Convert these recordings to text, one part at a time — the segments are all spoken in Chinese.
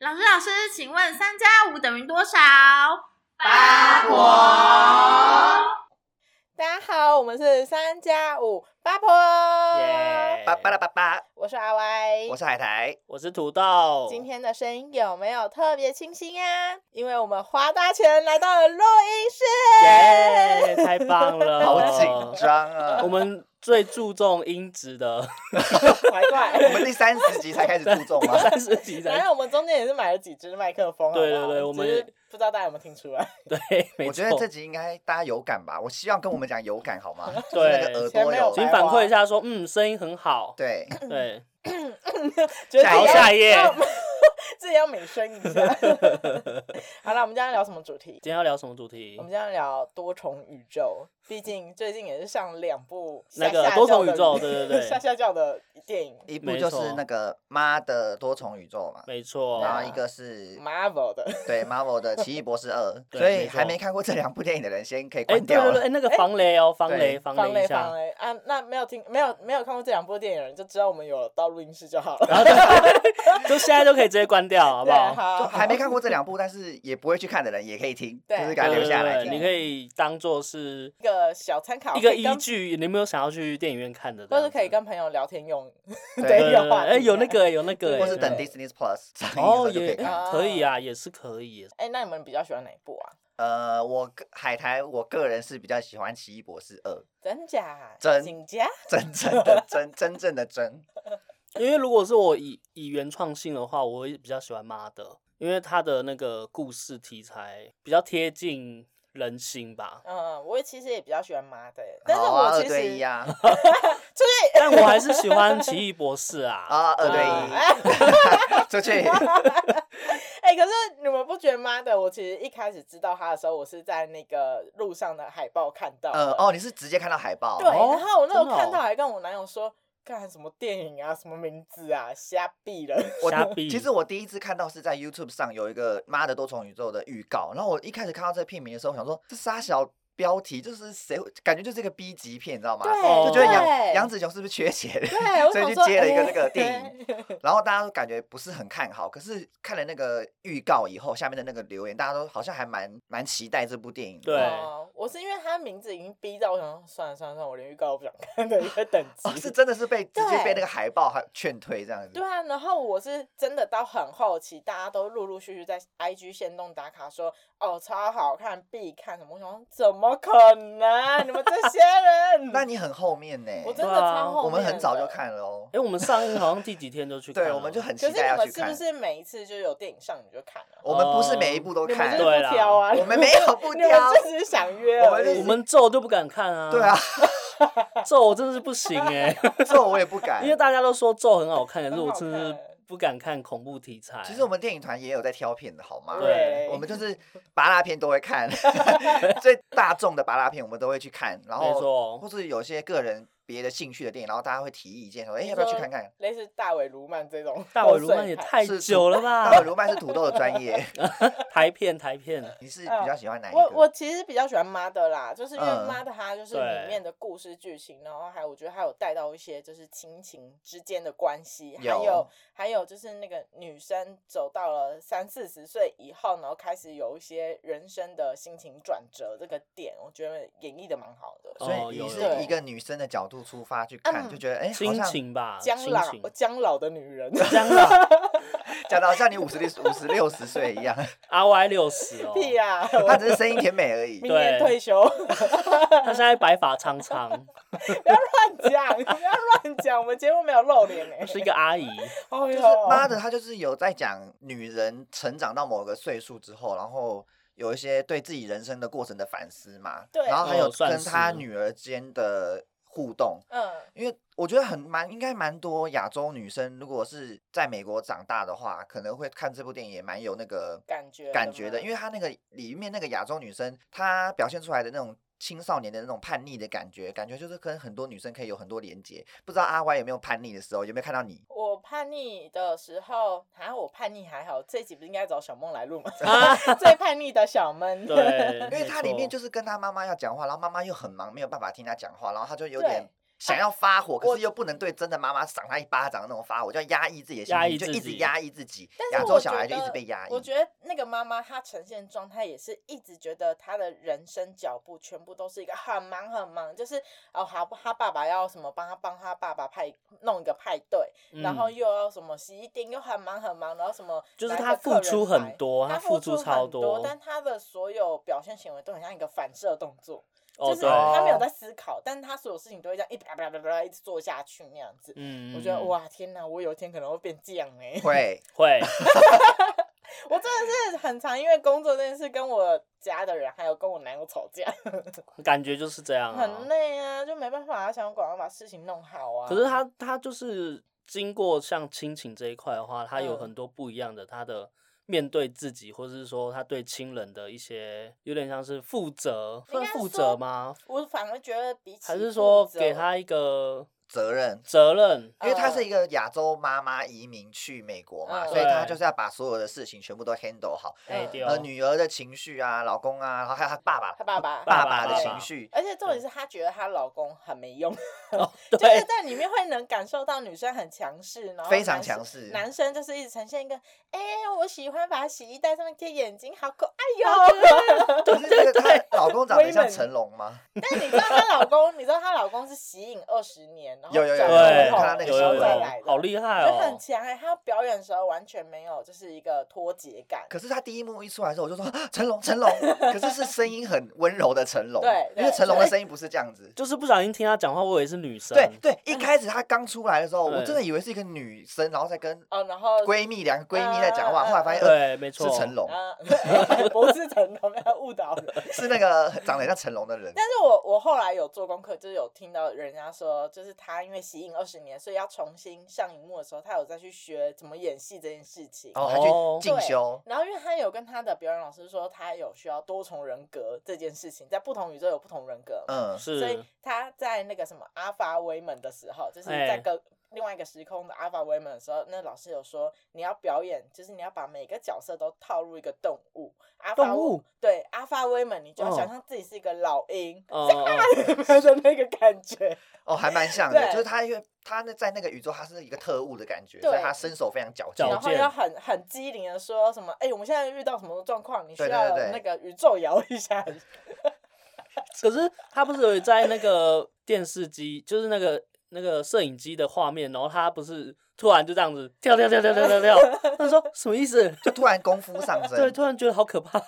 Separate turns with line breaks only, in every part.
老师，老师，请问三加五等于多少？
八婆
大家好，我们是三加五八婆，
耶！
巴巴拉巴巴，
我是阿歪，
我是海苔，
我是土豆。
今天的声音有没有特别清新啊？因为我们花大钱来到了录音室，
耶，太棒了，
好紧。张啊！
哦我们最注重音质的，
怪怪。
我们第三十集才开始注重吗？
三十几
然
才
后我们中间也是买了几支麦克风，好不好
对对对我们
只是不知道大家有没有听出 来，
对，没
我觉
错
得。这集应该大家有感吧？我希望跟我们讲有感好 吗？就是
对
那个耳朵
前面有
请反馈一下，说嗯，声音很好。
对，嗯
对，
觉得
下
自己要
一页
下一页
自己要美声一 下。好了，我们今天要聊什么主题？
今天要聊什么主题
我？们今天要聊多重宇宙，毕竟最近也是上两部
那个
下下
多重
教的
宇宙对对对
下下教的电影
一部就是那个妈的多重宇宙嘛，
没错，啊
然后一个是
，Marvel 的。
对 Marvel 的奇异博士二，
对
所
没
以
错
还没看过这两部电影的人先可以
哎，
关
对
掉
对对，
了。
哎，那个防雷哦，防雷，
对
防
放
雷
雷
一下
放。雷啊！那没有听没有没有看过这两部电影的人，就知道我们有到录音室就好了。
然后就就现在就可以直接关掉，好不
对，
好？
就
好，
还没看过这两部，但是也不会去看的人也可以听，就
对
是
对
给它
对
留下来
对，
听。
你可以当做是
一个小参考，
一个
可以
依
跟，
据，你有没有想要去电影院看的这
或
样子？
是可以跟朋友聊天用。
对
对，
对
有
对
话
哎，
题
有
啊
那个哎有那个哎，
或是等
对
Disney Plus 上映的时
哦，
候就可
也
以看。
可以啊，也是可以耶。
哎，那你们比较喜欢哪一部啊？
呃，我个海苔，我个人是比较喜欢《奇异博士二》，
真假？
真
紧假？
真正的真，真正的真。
因为如果是我以以原创性的话，我会比较喜欢妈的，因为它的那个故事题材比较贴近人心吧。
嗯，我其实也比较喜欢妈的，但是
好啊
我
二
其
对一
实
啊，
但我还是喜 欢奇异博士啊。
哎啊，
嗯
二对一， 出去。
哎，可是你们不觉得妈的？我其实一开始知道他的时候，我是在那个路上的海报看到的。
呃，哦，你是直接看到海报？
对，
哦
然后我那时候
真的
看
哦
到还跟我男友说，看什么电影啊，什么名字啊，瞎逼了。
我
瞎逼
其实我第一次看到是在 YouTube 上有一个《妈的多重宇宙》的预告，然后我一开始看到这个片名的时候，我想说这仨小标题就是谁会，感觉就是一个 B 级片，你知道吗？
哦
就觉得
对
杨杨紫琼是不是缺钱？
对，我
所以
想
去
说，
接了一个
哎
那个电影，然后大家都感觉不是很看好，可是看了那个预告以后，下面的那个留言，大家都好像还蛮蛮期待这部电影的。
对
哦我是因为他名字已经逼到，我想说算了算了算了，我连预告都不想看的一个等级。
哦，是真的是被直接
对
被那个海报还劝退这样子
对。啊，然后我是真的到很后期，大家都陆陆续续在 IG 线动打卡说，哦，超好看，必看什么？我想说怎么可能？你们这些人，
那你很后面呢？
我真的
对啊
超后
我们
面
很早就
的
看了哦
哎、。我们上映好像第几天就去看了，
对，我们就很
可
期
是
待
你
要
们
去
是不
看。
是每一次就有电影上你就看了？
我们不是每一部都
你们
看
就，
哦对
是
啦
不挑啊，
我们没有不
你们
挑。
就只是想约
我们
而已
就
我
是
们咒就不敢看啊。
对啊，，
咒我真的是不 行哎、
这我 也不敢
因。为大家都说咒很好看，可是
很
我
好
真的是
看
不敢看恐怖题材。
其实我们电影团也有在挑片的好吗？
对
我们就是拔拉片都会 看，最大众的拔拉片我们都会去看，然
没
后
错，
或是有些个人别的兴趣的电影，然后大家会提意见说，哎，
你
要不要去
说
看看？
类似大伟卢曼这种，
大伟如曼也
太。
太
是
久了吧？
大伟卢曼是土豆的专 业，
台片台片，
你是比较喜欢哪一
我我
个？
其实比较喜欢妈的啦，就是因为
嗯
妈的它就是
对
里面的故事剧情，然后还有我觉得还有带到一些就是亲情之间的关系，还
有
有还有就是那个女生走到了三四十岁以后，然后开始有一些人生的心情转折这个点，我觉得演绎的蛮好的。
哦
所以
有
你是
有
一个女生的角度出发去看，
嗯
就觉得哎，好
亲
像
情吧，亲
将老
情。
将老的女人，
江老
讲的好像你五十六、五十六十岁 一样，
R Y 六十哦，
屁啊！
她只是声音甜美而已。
明年哦
对
退休，
他现在白发苍苍，
乱讲，不要乱讲，我们节目没有露脸哎、
是一个阿姨。
哦
就是
哟，
妈的，她就是有在讲女人成长到某个岁数之后，然后有一些对自己人生的过程的反思嘛。
对
然后还有
哦算
跟她
是
女儿间的互动，
嗯，
因为我觉得很蛮应该蛮多亚洲女生，如果是在美国长大的话，可能会看这部电影也蛮有那个
感觉的
感觉的，
吗
因为她那个里面那个亚洲女生，她表现出来的那种。青少年的那种叛逆的感觉，感觉就是跟很多女生可以有很多连接。不知道阿 Y 有没有叛逆的时候，有没有看到你？
我叛逆的时候，啊，我叛逆还好，这集不是应该找小梦来录吗？
啊
最叛逆的小闷，
对，
因为
没
它里面
错
就是跟他妈妈要讲话，然后妈妈又很忙，没有办法听他讲话，然后他就有
对哎
点想要发火，可
我
是又不能对真的妈妈赏她一巴掌的那种发火，就要压抑自己的心
压抑
情，就
自
一直
己
压抑自己。
但
亚
是
洲
我
小
觉
孩就一直
得
被压 抑。
我觉得那个妈妈她呈现状态也是一直觉得她的人生脚步全部都是一个很忙很忙，就是哦，好，她爸爸要什么帮她帮她爸爸派弄一个派对，然后
嗯
又要什么洗衣店又很忙很忙，然后什么
就是
哪一个
她
客
付出
人
很
来
多
她
她
付
付出超
很
多
多，但她的所有表现行为都很像一个反射动作，
哦
就是
对，
她没有在思考，但她所有事情都会这样一啪啪啪啪啪一直做下去那样子。
嗯
我觉得
嗯嗯
哇天哪，我有一天可能会变这样哎、
会，
会，
我真的是很常因为工作这件事跟我家的人还有跟我男友吵 架，
感觉就是这样啊。
很累啊，就没办法、啊，想要赶快把事情弄好啊。
可是他他就是经过像亲情这一块的话，他有
嗯
很多不一样的他的面对自己，或者是说他对亲人的一些，有点像是负责，
应
算
该
负责
说
吗？
我反而觉得比起
还是说
负责
给他一个
责任。
责 任？
因为她是
呃
一个亚洲妈妈移民去美国嘛，
嗯
所以她
对
就是要把所有的事情全部都 handle 好，
哎、
嗯
对
呃，
哦，
女儿的情绪啊，老公啊，然后还有她爸爸
他 爸爸，啊
爸
爸的
爸
情绪，
而且重点是她觉得她老公很没 用，
哦
就是
对，
在里面会能感受到女生很强势，然后
非常
男生
强势
男生就是一直呈现一个，哎、我喜欢把洗衣袋上面贴眼睛，好可爱哟、
可是这个她老公长得像
威猛
成龙吗？
但你知道她老公，你知道她老公是吸引二十年，然后
有有有
转
有
头
对，
我看到那个
有
新
有
闻
再
有
来的，
好厉害
就很
哦！
强哎、欸，他表演的时候完全没有，就是一个脱节感。
可是他第一幕一出来的时候，我就说啊成龙，成龙，可是是声音很温柔的成龙，
对
因为
对
成龙的
对
声音不是这样子。
就是不小心听他讲话，我以为是女生，
对对，一开始他刚出来的时候，我
对
真的以为是一个女生，然后再跟
哦，然后
闺蜜两个闺蜜在讲
嗯
话，
嗯
后来发
嗯
现呃
对，没
是
错，
成龙，
啊，不是成龙，要误导人。
是那个长得像成龙的人。
但是我我后来有做功课，就是有听到人家说，就是他因为吸引二十年，所以要重新上荧幕的时候，他有再去学怎么演戏这件事情。
哦，
哦
他去进修，
然后，因为他有跟他的表演老师说，他有需要多重人格这件事情，在不同宇宙有不同人格嘛。
嗯，
所
是
以他在那个什么阿法威门的时候，就是
哎
在跟另外一个时空的阿法威门的时候，那老师有说你要表演，就是你要把每个角色都套入一个动物。阿法
动物
对阿法威门，你就要
哦
想象自己是一个老鹰、
哦哦，
的那个感觉。
哦，还蛮像的，
对
就是他因为他那在那个宇宙他是一个特务的感觉，
对
所以他身手非常矫健
矫。
然后
健
要很很机灵的说什么，哎、我们现在遇到什么状况，你需
对对
要
对
那个宇宙摇一下。
可是他不是有在那个电视机，就是那个那个摄影机的画面，然后他不是突然就这样子跳跳跳跳跳 跳跳，他说什么意 思？
就突然功夫上 身，
对，突然觉得好可怕，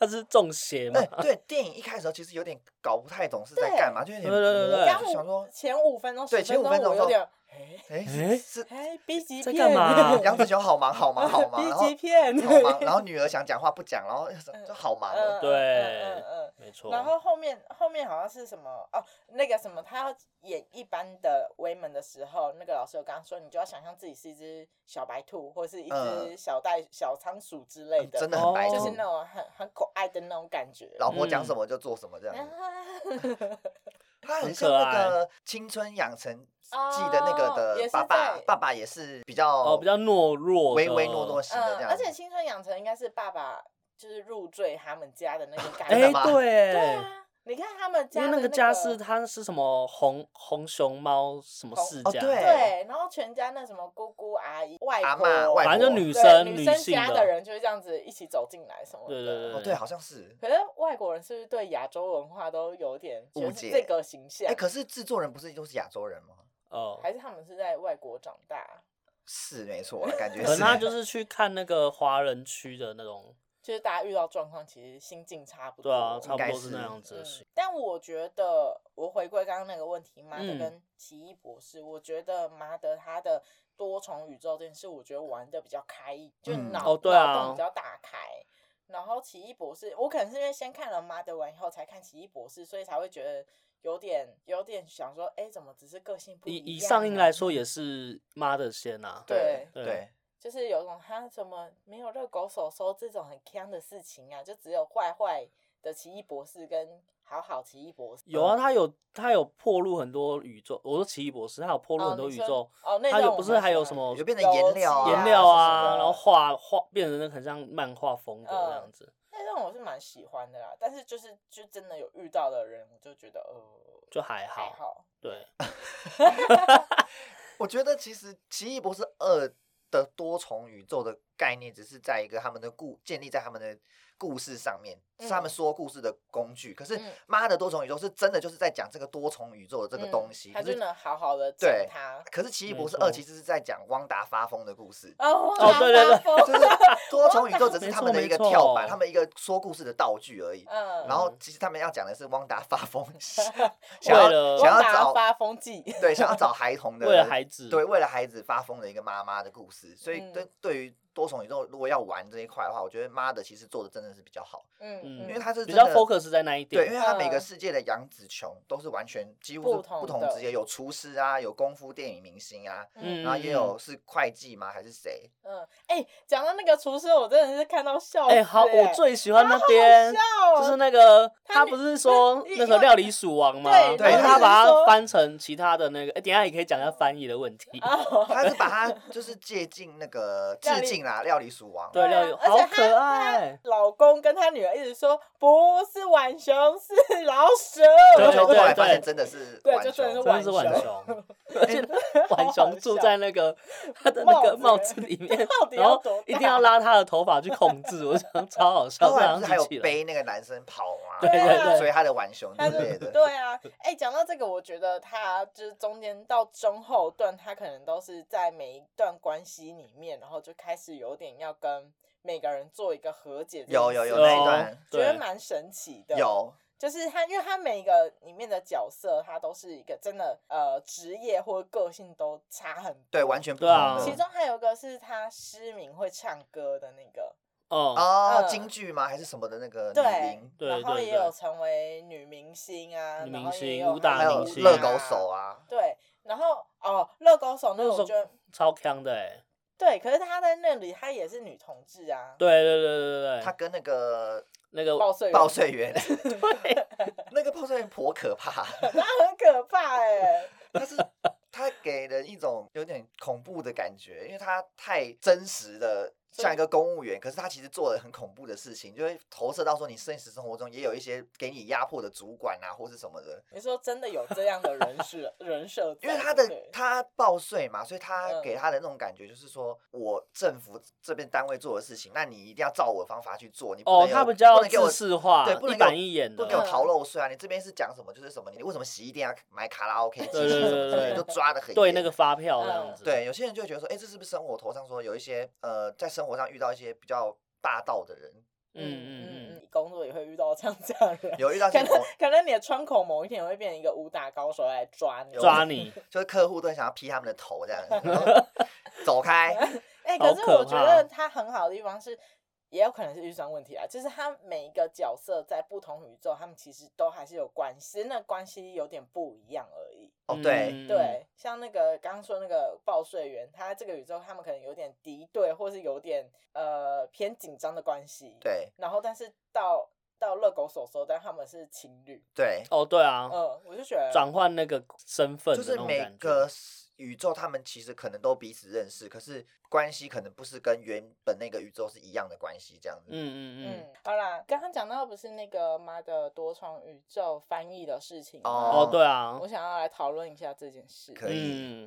他是中邪嘛
哎？对，电影一开始的时候其实有点搞不太懂是在干嘛，就有点
对对对对
模糊
刚
就想说
五，前五分钟
对
十
前五分钟
我
说
有点哎
哎
哎
是
哎 B 级
在
片
干嘛
杨子雄好忙好忙好忙，
B
然后
级片，
好忙，然后女儿想讲话不讲，然后就好忙
嗯
哦。
对
嗯嗯嗯
没错
嗯。然后后面后面好像是什么哦，那个什么，他要演一般的威门的时候，那个老师有跟他说，你就要想象自己是一只小白兔，或是一只
嗯
小袋、小仓鼠之类的，
真的很白
哦
就是
痴
那，种很很可爱的那种感觉。
老婆讲
嗯
什么就做什么这样子。
啊
他很
很
像
可
那个《青春养成记》的那个
哦也
的
是
爸爸
在，
爸爸也是比较
哦，比较懦弱的，
唯唯诺诺型的这
嗯，
样
而
子。
且青春养成应该是爸爸就是入赘他们家的那
啊
个感
哎，
觉吧。
对，
对啊，你看他们
因
家
为
的
那
个
个家是他是什么红红熊猫什么世
哦
家，
对
对，然后全家那什么姑姑阿姨、外
阿
婆、
嬷外
反正就女
对
生
女
性
家
的，
人就会这样子一起走进来什么的。
对对
哦，对，好像是。
可是外国人是不是对亚洲文化都有点觉得
误
是
解
这个形象？
哎，可是制作人不是都是亚洲人吗？
哦，
还是他们是在外国长大，
是 没错，感觉
可能
是。
他就是去看那个华人区的那种，
就是大家遇到状况其实心境差不多。
对啊，差
应
不
该
多是那
是
样子的事
嗯。但我觉得，我回归刚刚那个问题，马德
嗯
跟奇异博士，我觉得马德他的多重宇宙这件事，我觉得玩的比较开一，就
嗯
脑、
哦对啊
脑洞比较打开。然后奇异博士，我可能是因为先看了马德完以后才看奇异博士，所以才会觉得有点有点想说，哎，怎么只是个性不一
以
样、啊嗯
以上映来，说，也是妈的先啊。
对
对
对，
就是有种他怎么没有热狗手手这种很坑的事情啊，就只有坏坏的奇异博士跟好好奇异博士。
有啊，他有他有破入很多宇宙。我说奇异博士，他有破入很多宇宙，
哦，你说哦那
他
种
有
我
不是
蛮
还有
喜
什
欢
么
有变成颜料
油
啊，
漆啊
颜料
是什么
啊，
的
然后画画变成那个很像漫画风格
嗯
这样子。
那种看我是蛮喜欢的啦，但是就是就真的有遇到的人，我就觉得呃
就还
还
好，
好，
对，
我觉得其实《奇异博士二》的多重宇宙的概念，只是在一个他们的故建立在他们的故事上面，是他们
嗯
说故事的工具。可是
嗯
妈的多重宇宙是真的就是在讲这个多重宇宙的这个
嗯
东西。
他
可
就是能好好的
对
整他。
可是《奇异
没
博士二》
错
其实是在讲汪达发疯的故事。
哦
哦对对对
就
对
是多重宇宙只是
没
他
错
们的一
没
个
错
跳板，他们一个说故事的道具而已。
嗯，
然后其实他们要讲的是汪达发 疯，想
为
要
了
想要
汪达
找
发疯记，
对想要找孩童的
为了孩子，
对，为了孩子发疯的一个妈妈的故事，所以
嗯
对对于多重宇宙如果要玩这一块的话，我觉得妈的其实做的真的是比较好，
嗯
嗯
因为它是
比
真
较
的
focus 在那一
对，因为
点，
它每个
嗯
世界的杨紫琼都是完全几乎
不
是不
同
同
的
职业，有厨师啊，有功夫电影明星啊，
嗯
然后也有是会计吗？还是谁？
嗯，哎，讲到那个厨师，我真的是看到笑死，欸
哎，好，我最喜欢那边
笑。哦
就是那个，
他
他不是说
你
那个料理鼠王吗？
对
对
然后
他
他
是
把
说
它翻成其他的那个，哎，等一下也可以讲一下翻译的问题。
哦
他是把它就是借镜那个
料
致
理
敬啦，料理鼠王。
对料理
而且
好
她
可爱
她老公跟他女儿一直说不是浣熊，是老鼠。
就
对
就后来
对
发现
对
真的是
对
浣
就真的
熊
真的是浣熊，而且浣熊住在那个他的那个帽
帽子
子里面
到，底
然
要
后
多大
一定要拉他的头发去控制，我想超好笑，
后
这
来不
样
啊是还有
子起来。
背那个男生跑吗？
对
对对
追他的浣熊
他
之
就
类 的。
对啊，哎、讲到这个，我觉得他就是中间到中后段，他可能都是在每一段关系里面，然后就开始有点要跟每个人做一个和解这件事。
有有有
哦
那一段
觉得
对
蛮神奇的。，
有，
就是他，因为他每个里面的角色，他都是一个真的呃职业或个性都差很多。
对，完全不同
对啊
的。
其中还有一个是他失明会唱歌的那个，
哦，
哦，
嗯
京剧吗？还是什么的那个
对
女兵，
对
然后
对
也
对
有成为女明星啊，
女
然
明
后也
星
有
武打
还有
明星
热狗手啊，
对，然后哦，热狗手那
热
个我
狗
觉得
超强的哎，
对，可是他在那里他也是女同志啊，
对对对对对对，
他跟那个
那个
报税员啊
报税员， 那个报税员颇可怕，
他很可怕哎、
但是他给人一种有点恐怖的感觉，因为他太真实的。像一个公务员，可是他其实做了很恐怖的事情，就会投射到说你现实生活中也有一些给你压迫的主管啊，或是什么的。
你说真的有这样的人设人设在，
因为他的
对
他报税嘛，所以他
嗯
给他的那种感觉就是说，我政府这边单位做的事情，那你一定要照我的方法去做，你不能
哦，
有
他比较
不能给我
自视化，
对不能
一
给我
板一眼
不
的
能给，我
嗯
逃漏税啊！你这边是讲什么就是什么，你为什么洗衣店要买卡拉 OK 机
对对
器什么之
对
类的，
对
就抓的很
对
严
那个发票这样子，
嗯对，有些人就会觉得说，哎，这是不是生活头上说有一些呃，在生活上遇到一些比较霸道的人，
嗯嗯嗯，
嗯，工作也会遇到像这样的人。
有哦遇到一
可
些
能
同
可能你的窗口某一天也会变成一个武打高手来抓你，
抓你，
就是客户都很想要劈他们的头这样，然 后走开，
哎、可
好
是我
可
觉
怕
得他很好的地方是，也有可能是预算问题啊，就是他每一个角色在不同宇宙，他们其实都还是有关系，那关系有点不一样而已。
哦对，
嗯，
对，像那个刚刚说那个报税员，他这个宇宙他们可能有点敌对，或是有点呃偏紧张的关系。。
对
然后，但是到到热狗手手，但他们是情侣。
对，
哦对啊
嗯、，我就觉得
转换那个身份
就
的
是
哦那种
每
感觉
个 s- 宇宙他们其实可能都彼此认识，可是关系可能不是跟原本那个宇宙是一样的关系这样子。
嗯嗯嗯，
嗯，好啦，刚刚讲到不是那个妈的多重宇宙翻译的事情吗
哦
哦对啊
我，想要来讨论一下这件事。
可以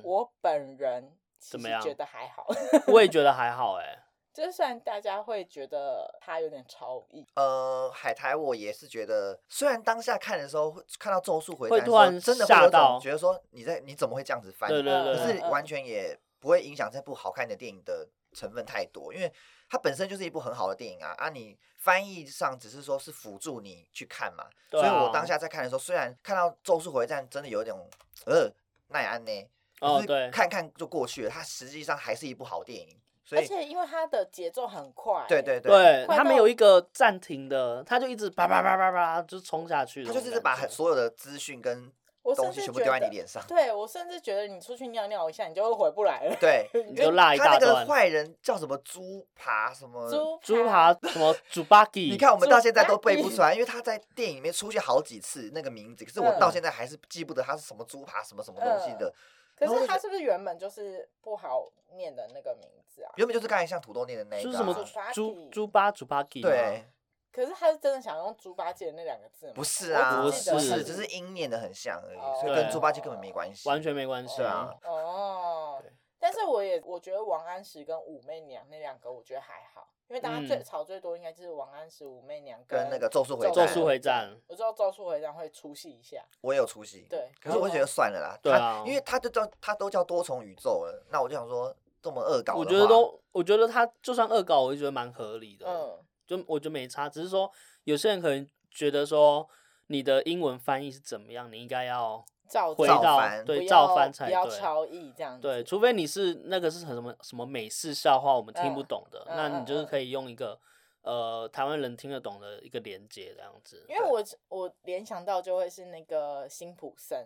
嗯，
我本人其
怎么
实
样
觉得还好，
我也觉得还好哎、
就是虽然大家会觉得他有点超意，
呃，海苔我也是觉得，虽然当下看的时候会看到《咒术回
会
战》的时
突
候
然
真的会
吓
有一种
到
觉得说你在你怎么会这样子翻？
对对对
可
对
是完全也不会影响这部好看的电影的成分太多，因为它本身就是一部很好的电影啊。啊，你翻译上只是说是辅助你去看嘛，
对
所以我
啊
当下在看的时候，虽然看到《咒术回战》真的有一种呃奈安呢，
哦
可是
对
看看就过去了，它实际上还是一部好电影。所
而
以，
且因为他的节奏很快，
对对
对，
快
他没
到
有一个暂停的，他就一直叭叭叭叭叭就冲下去
它
的那
就
种感觉，
是把所有的资讯跟
我
东
甚
西
至
全部
觉
丢在
得
你，脸上。
对我甚至觉得你出去尿尿一下，你就会回不来了。
对，
你
因
就
为
落一
他那
大
个
段。
坏人叫什么猪爬什 么？
猪
猪扒什 么猪八戒，
你看我们到现在都
猪
背不
八
出来，因为他在电影里面出现好几次那个名字，可是我
嗯
到现在还是记不得他是什么猪爬什么什么东
嗯
西的。
可
然后我
是
就
他
觉
是不是原本就是不好念的那个名字啊？
原本就是刚才像土豆念的那一
就是
个
什
啊，
猪八
么猪
戒
猪八猪八戒，
对，
可是他是真的想用猪八戒那两个字吗？
不是啊，
我
不
只记得
不
是，
是
只是音念的很像而
哦
已，所以跟
对
猪八戒根本没关系。
完全没关系
对啊。
哦
对，
但是我也我觉得王安石跟武媚娘那两个，我觉得还好，因为大家最、
嗯
吵最多应该就是王安石、武媚娘
跟那个咒术回
咒
战
术回战，
我知道咒术回战会出戏一下，
我也有出戏，
对。
可是我就觉得算了啦，
对啊
他因为他都叫他都叫多重宇宙了，那我就想说这么恶搞的话，
我觉得都，我觉得他就算恶搞，我就觉得蛮合理的，
嗯，
就我觉得没差，只是说有些人可能觉得说你的英文翻译是怎么样，你应该要
照
回
照
照
到
翻
对
不
照
要
翻才
不要
对。
超意这样子，
对，除非你是那个是很什么什么美式笑话，我们听不
嗯
懂的，
嗯
那
嗯
你就是
嗯
可以用一个呃台湾人听得懂的一个连接这样子。
因为我我联想到就会是那个辛普森，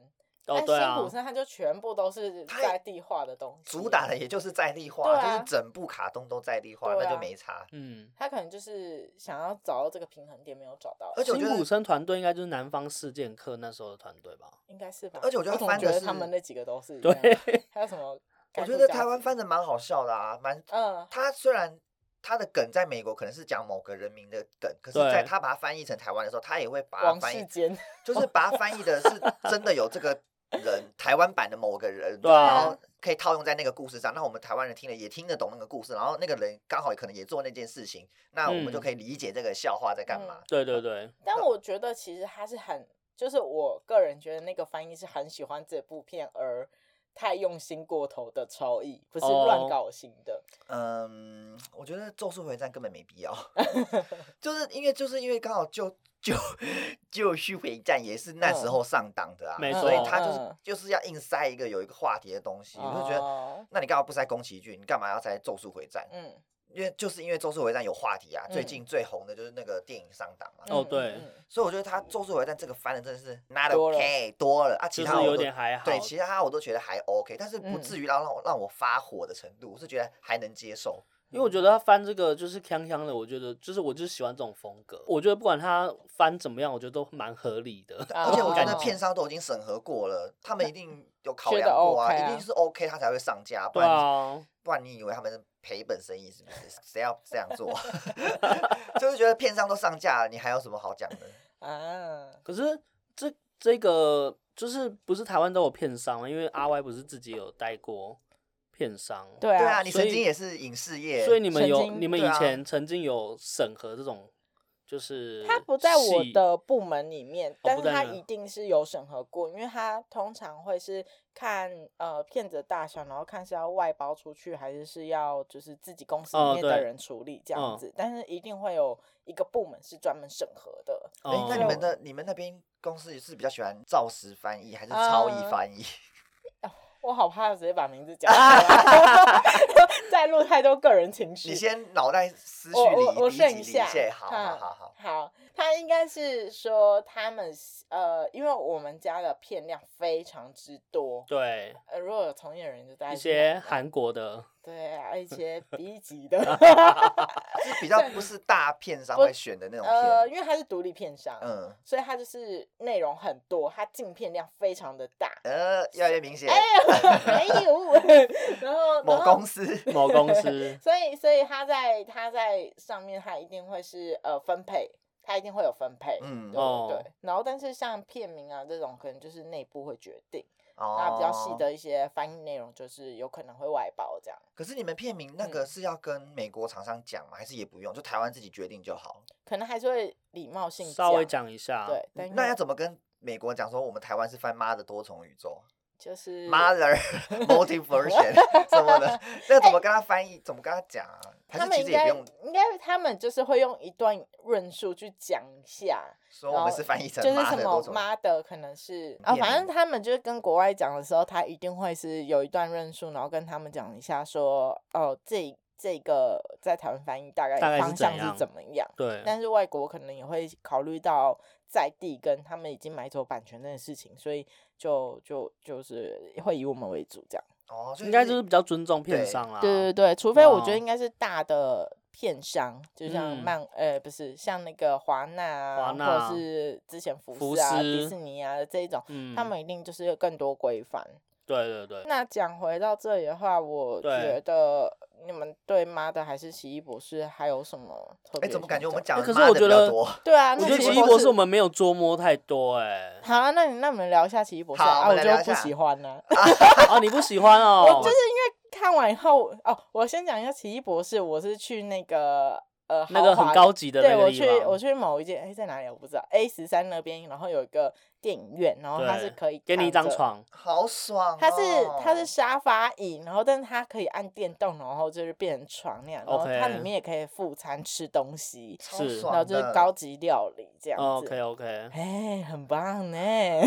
哦，
但
对
辛
啊
普，森他就全部都是
他
在地化的东西，
主打的也就是在地
对
化，
啊
就是整部卡通都在地化，
对啊
那就没差。
嗯，
他可能就是想要找到这个平衡点，没有找到，
而且我
辛
觉得
普森团队应该就是南方四剑客那时候的团队吧？
应该是吧。
而且我觉得
怎么
翻
觉
的
得他
是
们那几个都是一
对
样， 还有什么
我
盖布加
觉
子？
得台湾翻的蛮好笑的啊，蛮
嗯，
他虽然他的梗在美国可能是讲某个人民的梗，可是
对
在他把它翻译成台湾的时候，他也会把它
王
翻
世
译，
坚，
就是把它翻译 的是真的有这个人，台湾版的某个人，
对啊
然后可以套用在那个故事上。那我们台湾人听了也听得懂那个故事，然后那个人刚好也可能也做那件事情，那我们
嗯
就可以理解这个笑话在干嘛。
对
呃
对对，
但我觉得其实他是很，就是我个人觉得那个翻译是很喜欢这部片而。太用心过头的超意，不是乱
哦
搞型的。
嗯，我觉得《咒术回战》根本没必要，就是因为就是因为刚好就就就《续回战》也是那时候上档的啊，
没
所以
错
他就是、
嗯
就是要硬塞一个有一个话题的东西，我就觉得。
哦
那你干嘛不塞宫崎骏？你干嘛要塞《咒术回战》？
嗯，
因为就是因为《咒术回战》有话题啊，最
嗯
近最红的就是那个电影上档嘛。
哦
嗯
对
嗯嗯
所以我觉得他《咒术回战》这个翻的真的是 not
多了
OK 多了啊，其
就是
他我都
有点还好。
对，其他我都觉得还 OK，但是不
嗯
至于让让我让我发火的程度，我是觉得还能接受。
因为
嗯
我觉得他翻这个就是锵锵的，我觉得就是我就是喜欢这种风格。我觉得不管他翻怎么样，我觉得都蛮合理的。
啊
而且我觉
哦
得片商都已经审核过了，他们一定有考
觉得
量过
OK 啊
一定是 OK 他才会上架，不
对
然、
啊，
不然你以为他们是赔本生意是不是？谁要这样做？ 就是觉得片商都上架了，你还有什么好讲的？
啊，
可是这这个就是不是台湾都有片商吗？因为阿 Y 不是自己有带过片商，
对
对
啊
啊，，你
所
曾
以
经也是影视业，
所以你们
曾
有
经
你们
对
以
啊
前曾经有审核这种，就是
他不在我
戏
的部门里面，但
不
是
在
他
你的
一定是有审核过，因为他通常会是看呃片子的大小，然后看是要外包出去还是是要就是自己公司
哦
里面的
对
人处理这
嗯
样子，但是一定会有一个部门是专门审核的。
哎、
哦
那你们的你们那边公司是比较喜欢照实翻译还是超译
啊
翻译？
我好怕直接把名字 讲出 来， 再录太多个人情绪。
你先脑袋思绪
我
理
我我
理
剩
几理
下
解，好好
嗯
好好，
好，他应该是说他们呃，因为我们家的片量非常之多，
对
呃，如果有从业人员就大概
一
是
些
两个
韩 国的，
对啊，一些 B 级的，
是比较不是大片商
不
会选的那种
呃，
片，
因为它是独立片商，
嗯。。
所以它就是内容很多，它进片量非常的大
呃，越来越明显。
哎 呦，没有，然后
某
然后
公司
某公司
所以所以他在他在上面，他一定会是呃分配，他一定会有分配，
嗯
对
哦
对对。然后但是像片名啊这种，可能就是内部会决定，那
哦，
比较细。的一些翻译内容，就是有可能会外包这样。
可是你们片名
嗯
那个是要跟美国厂商讲吗？还是也不用，就台湾自己决定就好？
可能还是会礼貌性
稍微讲一下，
对，但
嗯那
因为
要怎么跟美国讲说我们台湾是翻妈的多重宇宙
就是
，mother multiversion 什么的？那怎么跟他翻译？怎么跟他讲啊？还
哎他们
是其
应
实也
该
不用
应该他们就是会用一段论述去讲一下，
说我们是翻译成
哦就是
妈
什
的
么
多重宇宙。
妈的可能是啊，
念
反正他们就是跟国外讲的时候，他一定会是有一段论述，然后跟他们讲一下说哦这这个在台湾翻译大概
大概是
方向
怎样
是怎么样。
对，
但是外国可能也会考虑到在地跟他们已经买走版权这件事情，所以就就就是会以我们为主这样。
哦，所以
应该就是比较尊重片
对
商啦，
对对对，除非我觉
哦
得应该是大的片商，就像
嗯
漫、呃不是像那个华纳
华
啊，或
纳
者是之前福
福
斯啊、
斯
迪士尼啊这一种，
嗯，
他们一定就是有更多规范。
对对对，
那讲回到这里的话，我
对
觉得你们对妈的还是奇异博士还有什么特别想讲？
哎，怎么感觉我们讲
哎可
的
是
妈
我
的
觉
比较
得
多？
对啊？
我
那
觉得
奇
奇
异
异
博
博
士
士我们没有捉摸太多 哎、
好啊，那你那我们聊一下奇异博士
好
啊，
我
我
们来
就
聊一
不
下
喜欢呢、
啊，你不喜欢哦
我就？是因为看完以后，哦，我先讲一下奇异博士，我是去那个呃
那个
豪华
很高级的那
对
个
我
地
去
方，
我去某一间哎、在哪里我不知道 A 十三那边，然后有一个电影院，然后它是
对
可以
给你一
躺
张
着，
床，
好爽哦！
它是它是沙发椅，然后但是它可以按电动，然后就是变成床那样，然后它
OK
里面也可以附餐吃东西，
超
是
爽
然后就是
的
高级料理这样子。
哦 OK OK，
哎、很棒呢，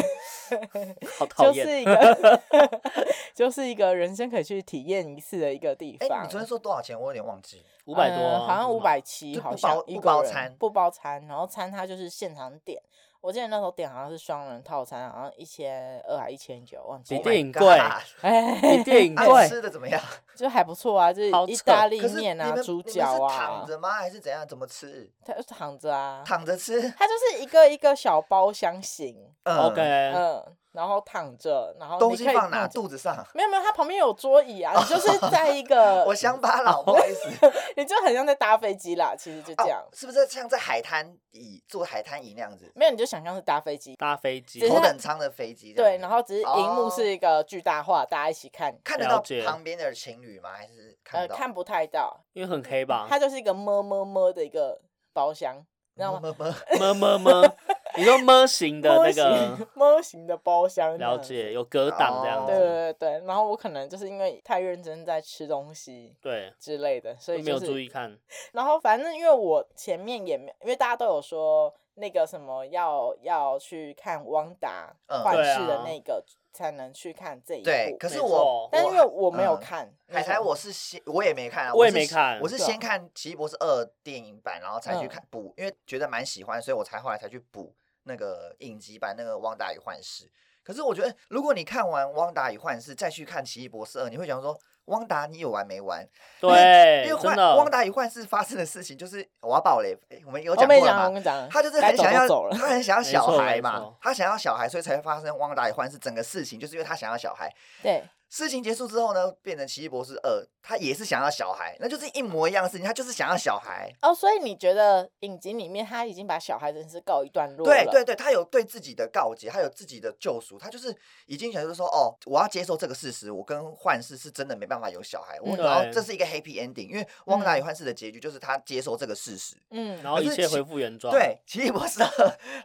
好讨
就
厌。
是一个 就是一个人生可以去体验一次的一个地
哎，
方。
你昨天说多少钱？我有点忘记。
五百多啊、
嗯好像
是
五
吗
百七，
就
好
不
像
包
一
不
个
包
人
餐
不包餐，然后餐它就是现场点。我记得那时候点好像是双人套餐，好像一千二还一千九，忘记
比
Oh
了
my。
电影贵
God
比
哎，
电 影
啊，你
贵，
吃的怎么样？
就还不错啊，就是
好
意
扯
大利
可是
面
你
啊、
们
猪
你们是
脚啊
躺，着吗？还是怎样？怎么吃？
它就躺着啊，
躺着吃。
它就是一个一个小包厢型，
嗯
OK，、
嗯，然后躺着，然后你
东西
可以
放哪？
躺着
肚子上。
没有没有，它旁边有桌椅啊，你就是在一个
我，乡
哦
巴佬，不好 意思。
你就很像在搭飞机啦，其实就这样
哦，，是不是像在海滩椅坐海滩椅那样子，
没有你就想象是搭飞机，
搭飞机
只是
头等舱的飞机这样
对，
子？
然后只是荧幕
哦
是一个巨大化，大家一起看，
看得
了
到
解
旁边的情侣吗？还是看
呃，
得到？
看不太到，啊
因为很黑吧？
它就是一个么么么的一个包厢，你知道吗？
么么
么
么
么么，你说么型的那个，
么型的包 厢，
了解，。有隔挡这样
对
子，
对对对，然后我可能就是因为太认真在吃东西
对，
之类的，所以、
都
就是、
没有注意看，
然后反正因为我前面也没，因为大家都有说那个什么要要去看汪达
嗯
幻
对
视的
啊
那个，才能去看这一部。
对，可是
没
我
错，
但因为我没有
嗯
看那
海苔，
种
我是先我也没看啊，
我也
是
没看
我是
对啊
先看《奇异博士二》电影版，然后才去
嗯
看补，因为觉得蛮喜欢，所以我才后来才去补那个影集版那个《汪达与幻视》。可是我觉得，如果你看完《汪达与幻视》再去看《奇异博士二》，你会想说。汪达，你有完没完？
对
因为，幻
真
《汪
的，
达与幻视》发生的事情就是我要爆雷，诶我们有
我
讲
哦没
过了
讲，我
嘛？
跟你讲，
他就是
该
很
走
想
都
要
走，了。
他很想要
没
小
错
孩
没
嘛
错，
他想要小孩，所以才发生汪达与幻视整个事情，就是因为他想要小孩。
对，
事情结束之后呢，变成奇异博士二，他也是想要小孩，那就是一模一样的事情，他就是想要小孩。
哦，所以你觉得影集里面他已经把小孩子是告一段落了？
对对对，他有对自己的告诫，他有自己的救赎，他就是已经想就是说，哦，我要接受这个事实，我跟幻视是真的没办法有小孩，
嗯
我、然后
对嗯
这是一个 happy ending，因为汪达与幻视的结局就是他接受这个事实。
嗯，
然后
可
一
是
切
其
恢复原状，
对，奇异博士二，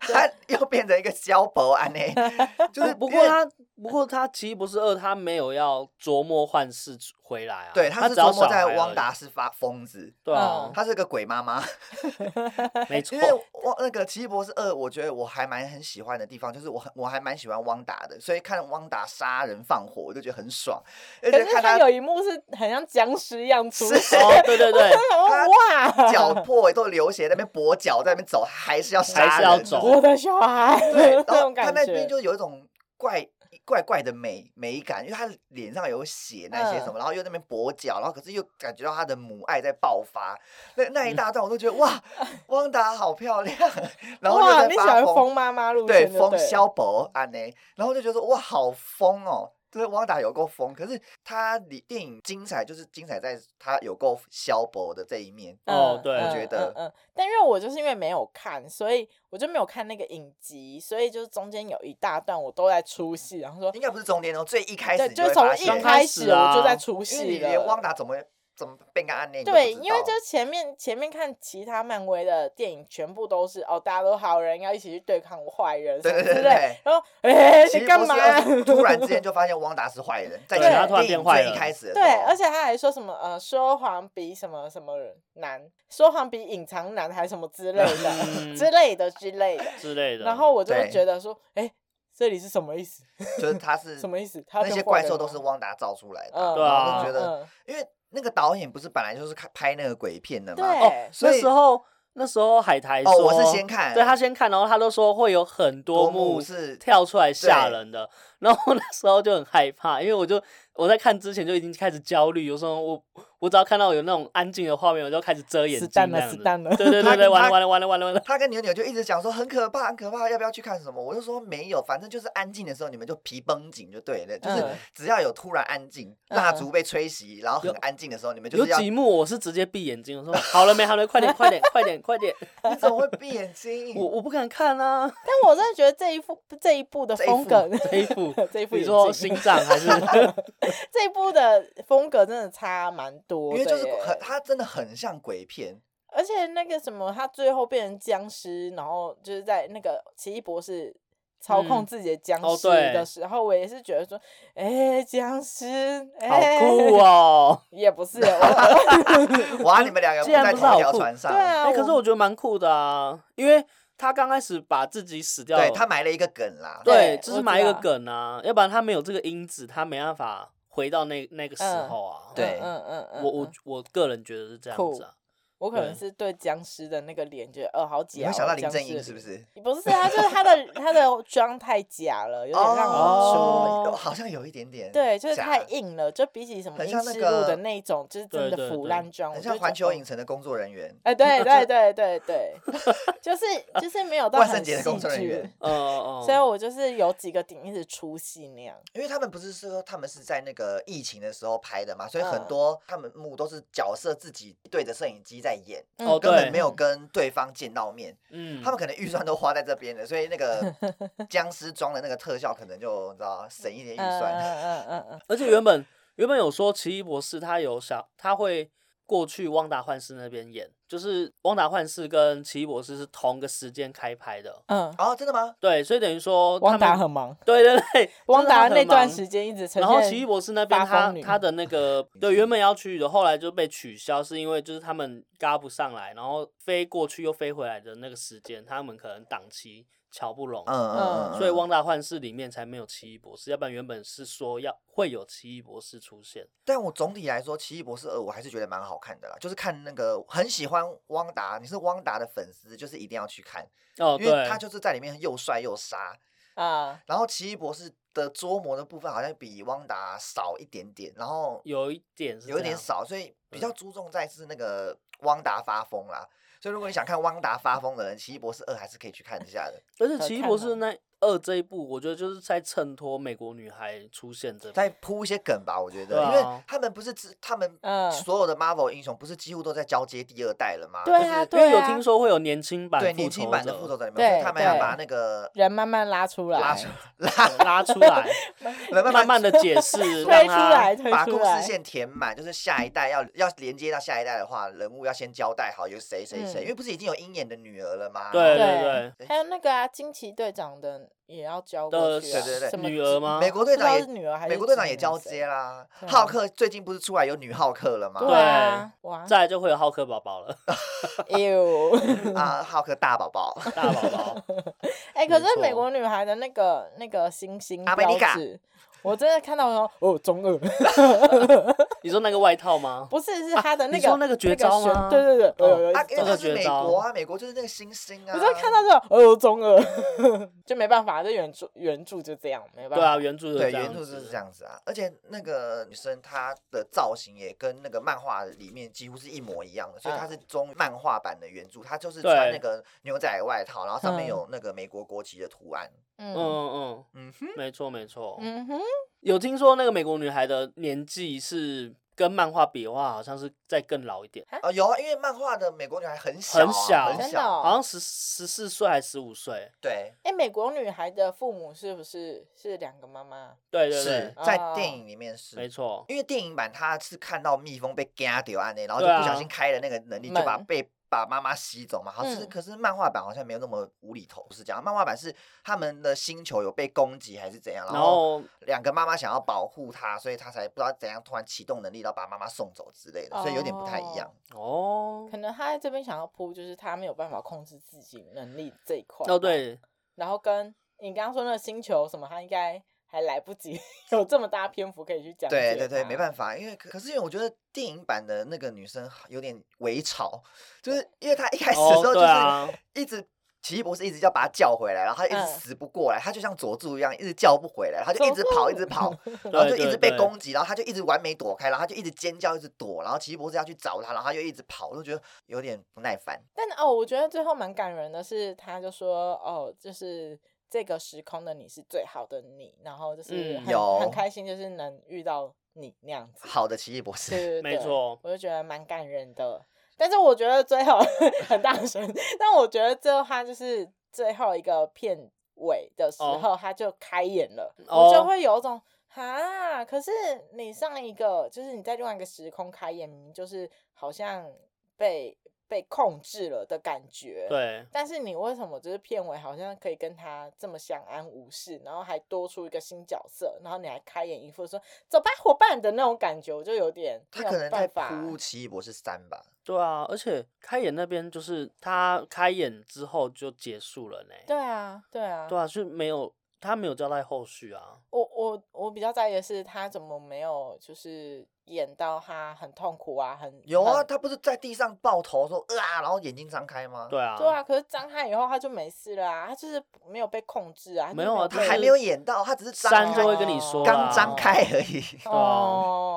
他又变成一个消薄安呢， 就是
哦不。不
因
过
为
他，不过他奇异博士二，他没有要琢磨幻视回来啊，
对，
他
他是
只要
琢磨
小
在
孩而
汪
已
达，是发疯子，
对啊
嗯，
他是个鬼妈妈。
没错
因，为汪那个《奇异博士二》，我觉得我还蛮很喜欢的地方，就是我很我还蛮喜欢汪达的，所以看汪达杀人放火，我就觉得很爽。而
可
且
是
看
他
他
有一幕是很像僵尸一样出现，
哦，对对对，
我想
脚
说哇，
破都流血，在那边跛脚，在那边走，还是要杀人，
还是要走
我的小孩，
对，然
那
后
种
他
感
那边
觉。
就有一种怪怪怪的美美感，因为他脸上有血那些什
嗯
么，然后又在那边跛脚，然后可是又感觉到他的母爱在爆发，那那
嗯
一大段我都觉得哇，汪达好漂亮， 然后又
哇，
在
你喜
发
欢
疯
疯。妈妈路
对，
线就
风
对了
萧伯安呢，然后就觉得说哇，好疯哦！就是汪达有够疯，可是他里电影精彩就是精彩在他有够萧伯的这一面。
哦
嗯
对
嗯
我觉得
嗯嗯，但因为我就是因为没有看，所以我就没有看那个影集，所以就是中间有一大段我都在出戏，然后说
应，该不是中间哦，最一开始
对，
你
就是
会
从
发
一
现
开
刚开
始
始
我
啊
就在出
因为你
戏
连汪
了。
达怎么怎么变个安内，
对，因为就是是前面前面看其他漫威的电影，全部都是哦，大家都好人，要一起去对抗坏人什
对
么之
对对
类。
对。
然后，哎、
奇
你
异
干
博士
嘛？
二是哦突然之间就发现汪达是坏人，在
对
前
他突然
电
变
影
坏
最一
了
开始的时
对，
候
而且他还说什么呃，说谎比什么什么难，说谎比隐藏难，还是什么之类的，
嗯
之类的之类的。
之类的，
然后我就会
对
觉得说，哎，这里是什么意思？
就是他是
什么意思？他
那
变
些
坏
怪
人
兽都
吗
是汪达造出来的
嗯，
啊，
对
然后
啊
就觉得
嗯
因为那个导演不是本来就是看拍那个鬼片的嘛，
对
哦，
所
那
以
时候那时候海苔
哦，
说
我是先看，
对他先看，然后他都说会有很多
多
幕
幕是
跳出来吓人的，然后我那时候就很害怕，因为我就我在看之前就已经开始焦虑，有时候我我只要看到有那种安静的画面，我就开始遮眼睛
死
这
蛋
样
了
子
死。蛋了，
对对对对，
他
完了
他
完了完了完了完了，
他跟牛牛就一直讲说很可怕，很可怕，要不要去看什么？我就说没有，反正就是安静的时候你们就皮绷紧就对了，就是
嗯
只要有突然安静，
嗯
蜡烛被吹熄，然后很
有
安静的时候，你们 就
有
是要
几幕我是直接闭眼睛，我说好了没好了没，快点快点快点快点，
你怎么会闭眼睛？
我我不敢看啊，
但我真的觉得这一部这一部的
这一部
风格，
这一部
这一部
你
眼
说
镜
心脏还是
这一部的风格真的差蛮多的
因为
耶，
就是很，它真的很像鬼片，
而且那个什么，他最后变成僵尸，然后就是在那个奇异博士操控
嗯
自己的僵
哦
尸
对
的时候，我也是觉得说，哎、僵尸，
好
哎、
酷哦？
也不是，哦我
哇，你们两个不
竟然
在
不
同
是好
一条
酷
船上
对。啊，
哎，可是我觉得蛮酷的啊，因为他刚开始把自己死掉，
对他埋了一个梗啦，
对
对，
就
我知
是埋一个
道
梗啊，要不然他没有这个因子，他没办法回到那那个时
嗯
候啊。
对
嗯嗯嗯嗯，
我我
嗯
我个人觉得是这样
酷
子啊，
我可能
对
是对僵尸的那个脸觉得，呃，好
你
假、哦，
会想到林
僵
正
尸
英
的
是不
脸？
是？
不是，他就是他的他的妆太假了，有点让我
哦
说。
哦，有好像有一点点，
对，就是
假
太硬了，就比起什么
很
英
像
式
那
路
个
的那一种，就是真
对
的
对
腐
对
烂妆，我
很
就
像
觉
环
得
球
哦
影城的工作人员，
哎， 对对对对对，就是就是没有到
万
很
圣节的
戏
工作人
剧
员
哦哦，
所以我就是有几个点一直出戏那样。
因为他们不是说他们是在那个疫情的时候拍的嘛，所以
嗯
很多他们幕都是角色自己对着摄影机在演，
嗯
哦
根
对
本没有跟对方见到面。
嗯，
他们可能预算都花在这边了，所以 那个僵尸装的那个特效可能就你知道省一点预
嗯嗯
呃
算。
嗯嗯嗯，
而且原本原本有说奇异博士他有想他会过去汪达幻视那边演，就是汪达幻视跟奇异博士是同个时间开拍的，
嗯，
哦，真的吗？
对，所以等于说他
汪
们
达很忙，
对对对，
汪达那段
间。
时间一直呈
然后奇异
现，
博士那边
发
他
疯女
他的那 个对原本要去的，后来就被取消，是因为就是他们嘎不上来，然后飞过去又飞回来的那个时间，他们可能档期瞧不拢，
嗯嗯嗯嗯，
所以《汪达幻视》里面才没有奇异博士，要不然原本是说要会有奇异博士出现。
但我总体来说，《奇异博士二》我还是觉得蛮好看的啦，就是看那个很喜欢汪达，你是汪达的粉丝，就是一定要去看，
哦，
因为
对
他，就是在里面又帅又杀。
啊，
然后奇异博士的捉魔的部分好像比汪达少一点点，然后
有一点是
有一
这
点
样，
少，所以比较注重在是那个汪达发疯啦。所以如果你想看汪达发疯的人，《奇异博士二》还是可以去看一下 的。
而且
好
奇异
看哦
博
吗
士那二这一部，我觉得就是在衬托美国女孩出现这
再铺一些梗吧，我觉得，
对啊
因为他们不是只他们
嗯
所有的 Marvel 英雄不是几乎都在交接第二代了吗？
对
就是
啊，
因为
对
有
啊
听，说会有年轻版
对
复
年轻
仇
版的
者
复仇者里面，
对
所以他们要
对
把那个
人慢慢拉出来，
拉出拉
拉出来，
慢
慢慢
慢
的解 释，
推
让
出
他
来， 推
把
出
故
来
事，线填满，就是下一代要要连接到下一代的话，人物要先交代好有谁谁
嗯
谁，因为不是已经有鹰眼的女儿了吗？
对
对
对
还有那个啊，惊奇队长的也要交
的
过去啊，
对对对
什么
女儿吗
美国队
不知道
长
是
也
女儿还是
美国队长也
金还
交
是谁
接啦，
对啊
浩克最近不是出来有女浩克了吗？
对啊，哇，
再来就会有浩克宝宝 了，
哎呦，
啊，浩克大宝宝，
大宝宝，
哎、可
没
是美
错
国女孩的那个那个星星
阿
标
美尼卡
志，我真的看到说哦，中二，
你说那个外套吗？
不是是她的
你
那
说
个、
那个绝
那
招
旋
吗
对对对，
哦
哦、有有
啊，因为
这个
他是
绝
美
招
国啊，美国就是那个星星啊。
我就看到这种哦，中二， 就没办法，这原著原著就这样，没办
对
法。
啊，原著是
对，
这样
原著就是
子
这。样子啊，而且那个女生她的造型也跟那个漫画里面几乎是一模一样的，所以她
嗯
是中漫画版的原著，她就是
对
穿那个牛仔外套，然后上面
嗯
有那个美国国旗的图案。
嗯
嗯
嗯
嗯哼，
嗯，没错没错。
嗯哼，
有听说那个美国女孩的年纪是跟漫画比的话，好像是再更老一点，
啊有啊，因为漫画的美国女孩很小啊、
很小
很
真的
小，
哦
好像十十四岁还十五岁。
对。
哎、美国女孩的父母是不是是两个妈妈？
对对
是
对，
在
哦
电影里面是
没错。
因为电影版他是看到蜜蜂被嘎掉案内，然后就
对啊
不小心开了那个能力，就把
门
被把妈妈吸走嘛。好像是，
嗯
可是漫画版好像没有那么无厘头，是这样。漫画版是他们的星球有被攻击还是怎样，
然
然后
后
两个妈妈想要保护他，所以他才不知道怎样突然启动能力，然后把妈妈送走之类的，所以有点不太一样。
哦
可能她在这边想要铺，就是她没有办法控制自己能力这一块。
哦，对，
然后跟你刚刚说那个星球什么，他应该还来不 及有这么大篇幅可以去讲解
对
它。
对对，没办法，因为可可是因为我觉得电影版的
哦
那个女生有点微吵，就是因为她一开始的时
哦
候就
对啊
是一直奇异博士一直要把他叫回来，然后他一直
嗯
死不过来，他就像佐助一样，一直叫不回来，他就一直跑，一 直跑，然后就
对
一
对
直被
对
攻击，然后他就一直完美躲开，然后他就一直尖叫，一直躲，然后奇异博士要去找他，然后他又一直跑，我就觉得有点不耐烦。
但哦，我觉得最后蛮感人的是，他就说哦，就是这个时空的你是最好的你，然后就是
嗯
很、
有
很开心，就是能遇到你那样子。
好的奇异博
对
士，
对对，
没错
我就觉得蛮感人的。但是我觉得最后 很大声，但我觉得最后他就是最后一个片尾的时
哦
候，他就开演了，
哦
我就会有一种哈，可是你上一个就是你在另外一个时空开演，明明就是好像被被控制了的感觉，。
对，
但是你为什么就是片尾好像可以跟他这么相安无事，然后还多出一个新角色，然后你还开演一副说走吧伙伴的那种感觉，我就有点
他
没有
可能在
办法
铺奇异博士三吧。
对啊，而且开演那边就是他开演之后就结束了呢，
对啊，对啊，
对啊，是没有他没有交代后续啊，
我我我比较在意的是他怎么没有就是演到他很痛苦啊，很
有啊，
很
他不是在地上抱头说呃啊，然后眼睛张开吗？
对啊，
对啊，可是张翰以后他就没事了啊，他就是没有被控制啊，就
没有啊
被
他还没有演到，他只是张
三
开
就会跟你说啦
刚张开而已，
啊
哦。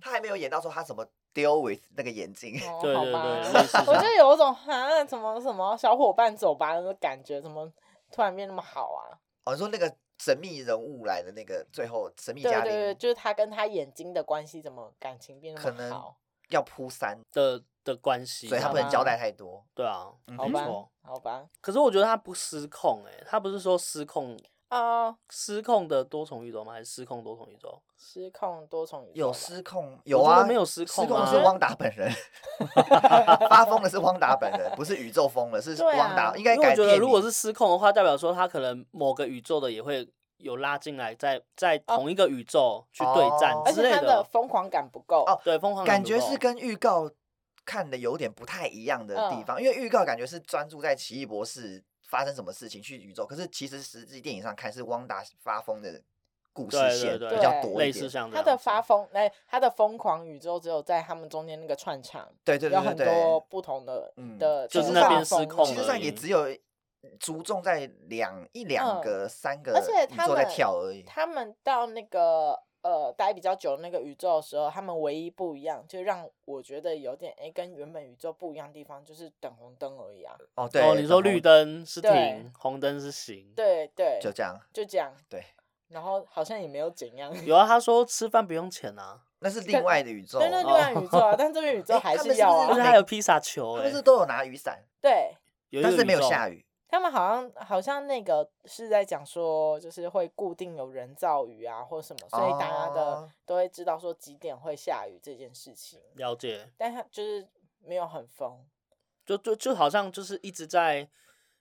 他还没有演到说他怎么 deal with 那个眼睛。
哦
对
好
对
吧
对类似这
我
样
就有一种哈，怎么什么小伙伴走吧的感觉，怎么突然变那么好啊？
哦，你说那个神秘人物来的那个最后神秘
对
嘉
对对，
宾
就是他跟他眼睛的关系，怎么感情变
可
那么
能
好？
要扑三，
的的关系，啊
所以他
好
不
吧
能交代太多。
对啊，
嗯
好
没
吧
错。，
好吧，
可是我觉得他不失控哎、他不是说失控
啊，
失控的多重宇宙吗？还是失控多重宇宙？
失控多重宇宙
有
吧
失控，有
我觉得
啊，
没有失控
失控的
啊
是汪达本人， 发疯的是汪达本人，不是宇宙疯了，是
对啊
汪达。
因
应该
为我
改
觉
变
得
名。
如果是失控的话，代表说他可能某个宇宙的也会有拉进来在，在同一个宇宙去对战
哦
哦而
之
且
类
他的
的。
疯狂感不够
哦
对，疯狂
感
宇
觉
宙
是跟预告看的有点不太一样的地
嗯
方，因为预告感觉是专注在奇异博士发生什么事情去宇宙，可是其实实际电影上看是汪达发疯的故事
对对
线
对
比较多一
类似
点。
像这
他
样
的
子
发疯，哎、他的疯狂宇宙只有在他们中间那个串场，
对对
有
对对
很
对
多。不同的、
嗯
的，
就是
那
边失控
其实
了
上
而
也
已
只有着重在两一两
嗯
个、三个
而且
宇
他
宙在
们
跳而已。
他们到那个呃待比较久那个宇宙的时候，他们唯一不一样，就让我觉得有点哎、诶跟原本宇宙不一样的地方，就是等红灯而已啊。
哦，对，
哦，你说
然后
绿灯是
对
停，红灯是行。
对对，
就这样，
就这样，
对，
然后好像也没有怎样。
有啊，他说吃饭不用钱啊，
那是另外的宇宙。
对，那
哦
另外宇宙啊，但这边宇宙
诶
还
他们是
要
不
啊。
而且还有披萨球
他
哎、
们是都有拿雨伞，
对
有一
但
个
是
宇
没有
宙
下雨。
他们好像好像那个是在讲说，就是会固定有人造雨啊，或什么，所以大家的
哦
都会知道说几点会下雨这件事情。
了解，
但他就是没有很疯，
就就就好像就是一直在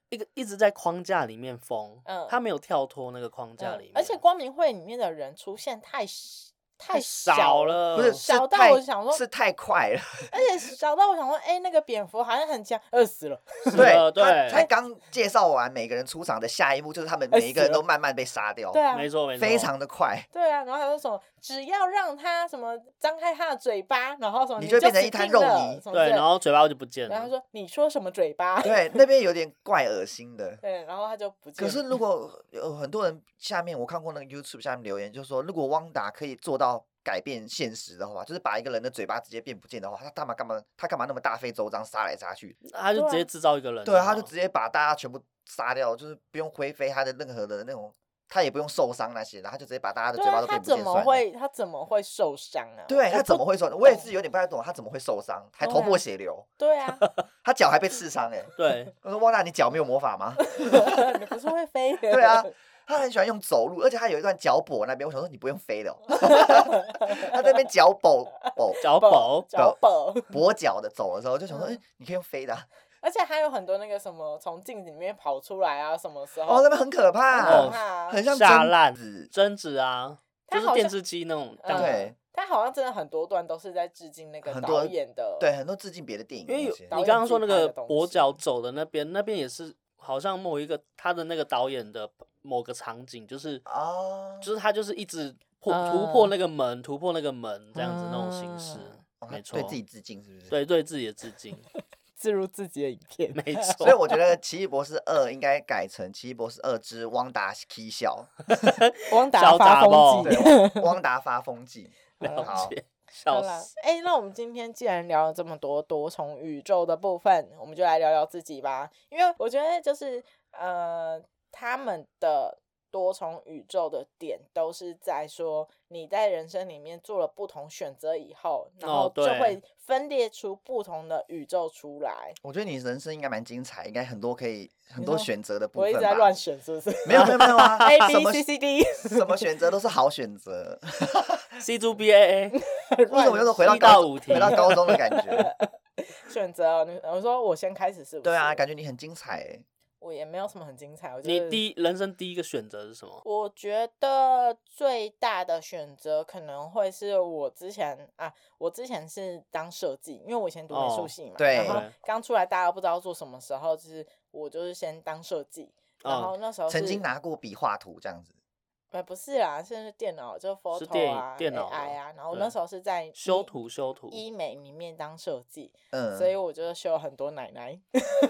一个一直在框架里面疯，
嗯
他没有跳脱那个框架
嗯
里面，
而且光明会里面的人出现太少太
少
少，
了，
不是，是
小到
太
我想说
是太快了，
而且少到我想说，哎、那个蝙蝠好像很强，饿死了。
的
对
对
他才刚介绍完每个人出场的下一幕，就是他们每一个人都慢慢被杀掉，
对啊，
没错没错，
非常的快，
对啊，然后还有什么，只要让他什么张开他的嘴巴，然后什么
你
你
就变成
死
一滩
定
肉
了
泥
什么
对，
之类
然后嘴巴就不见了，
然后他说你说什么嘴巴？
对，那边有点怪恶心的。
对，然后他就不见
可
了。
是如果有很多人下面我看过那个 YouTube 下面留言，就说如果汪达可以做到改变现实的话，就是把一个人的嘴巴直接变不见的话，他干嘛干嘛他干嘛那么大费周章杀来杀去？
他就
对
直接制造一个人，
对啊，他就直接把大家全部杀掉，就是不用灰飞他的任何的那种，他也不用受伤那些，然后他就直接把大家的
对
嘴巴
啊
都，
他
变不
怎
见算
么
了。
会他怎么会受伤啊？
对
我
他
不
怎么会受伤？我也
懂
是有点不太懂，他怎么会受伤，还
对
头
啊
破血流，
对啊？
他脚还被刺伤哎、欸。
对，
我说汪达，你脚没有魔法吗？
你不是会飞？
对啊，他很喜欢用走路，而且他有一段脚跛那边，我想说你不用 飞了哦，他在那边脚跛跛
小宝
脚宝，
跛脚的走的时候，就想说，哎、
嗯
你可以用飞的啊、
而且还有很多那个什么从镜子里面跑出来啊，什么时候？
哦，那边很可怕，
很可
哦
怕啊
很像
下
贞
烂
子
贞子啊，
他
就是
好
电
像
视机那种这
嗯
样子，
对
他好像真的很多段都是在致敬那个
很多
导演的，
对，很多致敬别的电影
因为有
那些，
导
你
演
刚刚说
自
那
己拍
个
的东
跛
西
脚走的那边，那边也是好像某一个他的那个导演的某个场景，就是
哦
就是他就是一直破
嗯
突破那个门，突破那个门这样子那种形式
嗯，
哦他
没错
对自，己致敬是不是？
对对自己的致敬，
自入自己的影片。
没
所以
错，
我觉得《奇异博士二》应该改成《奇异博士二之汪达嬉笑，
汪达
小
发
杂
疯
包
记。》
汪达发疯记。
了
好
解，
好
笑
啦
死，，
哎、那我们今天既然聊了这么多多重宇宙的部分，我们就来聊聊自己吧。因为我觉得就是呃，他们的多重宇宙的点都是在说你在人生里面做了不同选择以后，然
哦
后就
对
会分裂出不同的宇宙出来。
我觉得你人生应该蛮精彩，应该很多可以很
你
多
说
选择的部
我
分
一
吧
直。在乱选，是不 是？
没有没有没有啊
A
什
B
么
C C D，
什么选择都是好 选择。
C to B A A，
为什么有种回到
一到
高
五题
回到高中的感觉？
选择哦？你我说我先开始是不是？
对啊，感觉你很精彩欸。
我也没有什么很精彩。我就
你
是
第一人生第一个选择是什么？
我觉得最大的选择可能会是我之前啊，我之前是当设计，因为我以前读美术
哦
系嘛，
对
然后
对
刚出来大家不知道做什么时候，就是我就是先当设计，然后
哦，
那时候
曾经
是
拿过笔画图这样子，
呃不是啦，是电脑就 Photo
电
啊、
电脑哦
AI 啊，然后我
对
那时候是在
修
医
图修图，
医美里面当设计，
嗯，
所以我就修了很多奶奶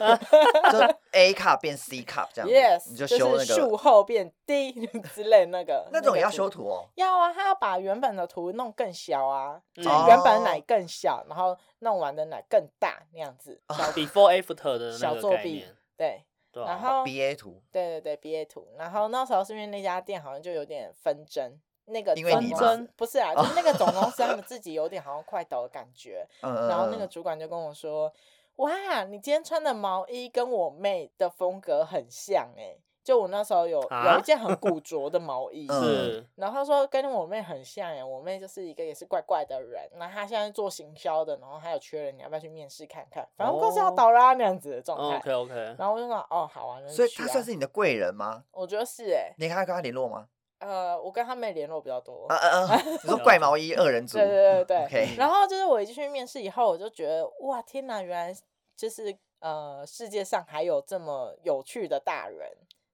就 A cup 变 C cup 这样子
，yes，
你就修那
是术
个
后变低 之类那个
那种
个
也要
图
修图哦。
要啊，他要把原本的图弄更小啊，就是
嗯
原本奶
哦
更小，然后弄完的奶更大那样子。
哦
before after 的那
小
个
作
概
弊
念，，
对，
对
然
吧？
后
B A 图，
对对对 BA 图，然后那时候是因为那家店好像就有点纷争。那个
因为
总
你哦
公
吗
司不是啊，就是那个总公司 他们自己有点好像快倒的感觉，
嗯，
然后那个
嗯
主管就跟我说：“哇，你今天穿的毛衣跟我妹的风格很像哎、就我那时候有有
啊
一件很古着的毛衣，
嗯
是
然后他说跟我妹很像欸耶，我妹就是一个也是怪怪的人，那她现在做行销的，然后还有缺人，你要不要去面试看看？反正公司要
哦
倒啦、那样子的状态。
，OK OK，
嗯然后我就说哦好啊，那就
所以
去
他
啊
算是你的贵人吗？
我觉得是哎，
你还跟他联络吗？
呃，我跟她妹联络比较多。
啊啊啊！你 说怪毛衣二人组，
对对对对嗯
OK
然后就是我一进去面试以后，我就觉得哇天哪，原来就是呃世界上还有这么有趣的大人。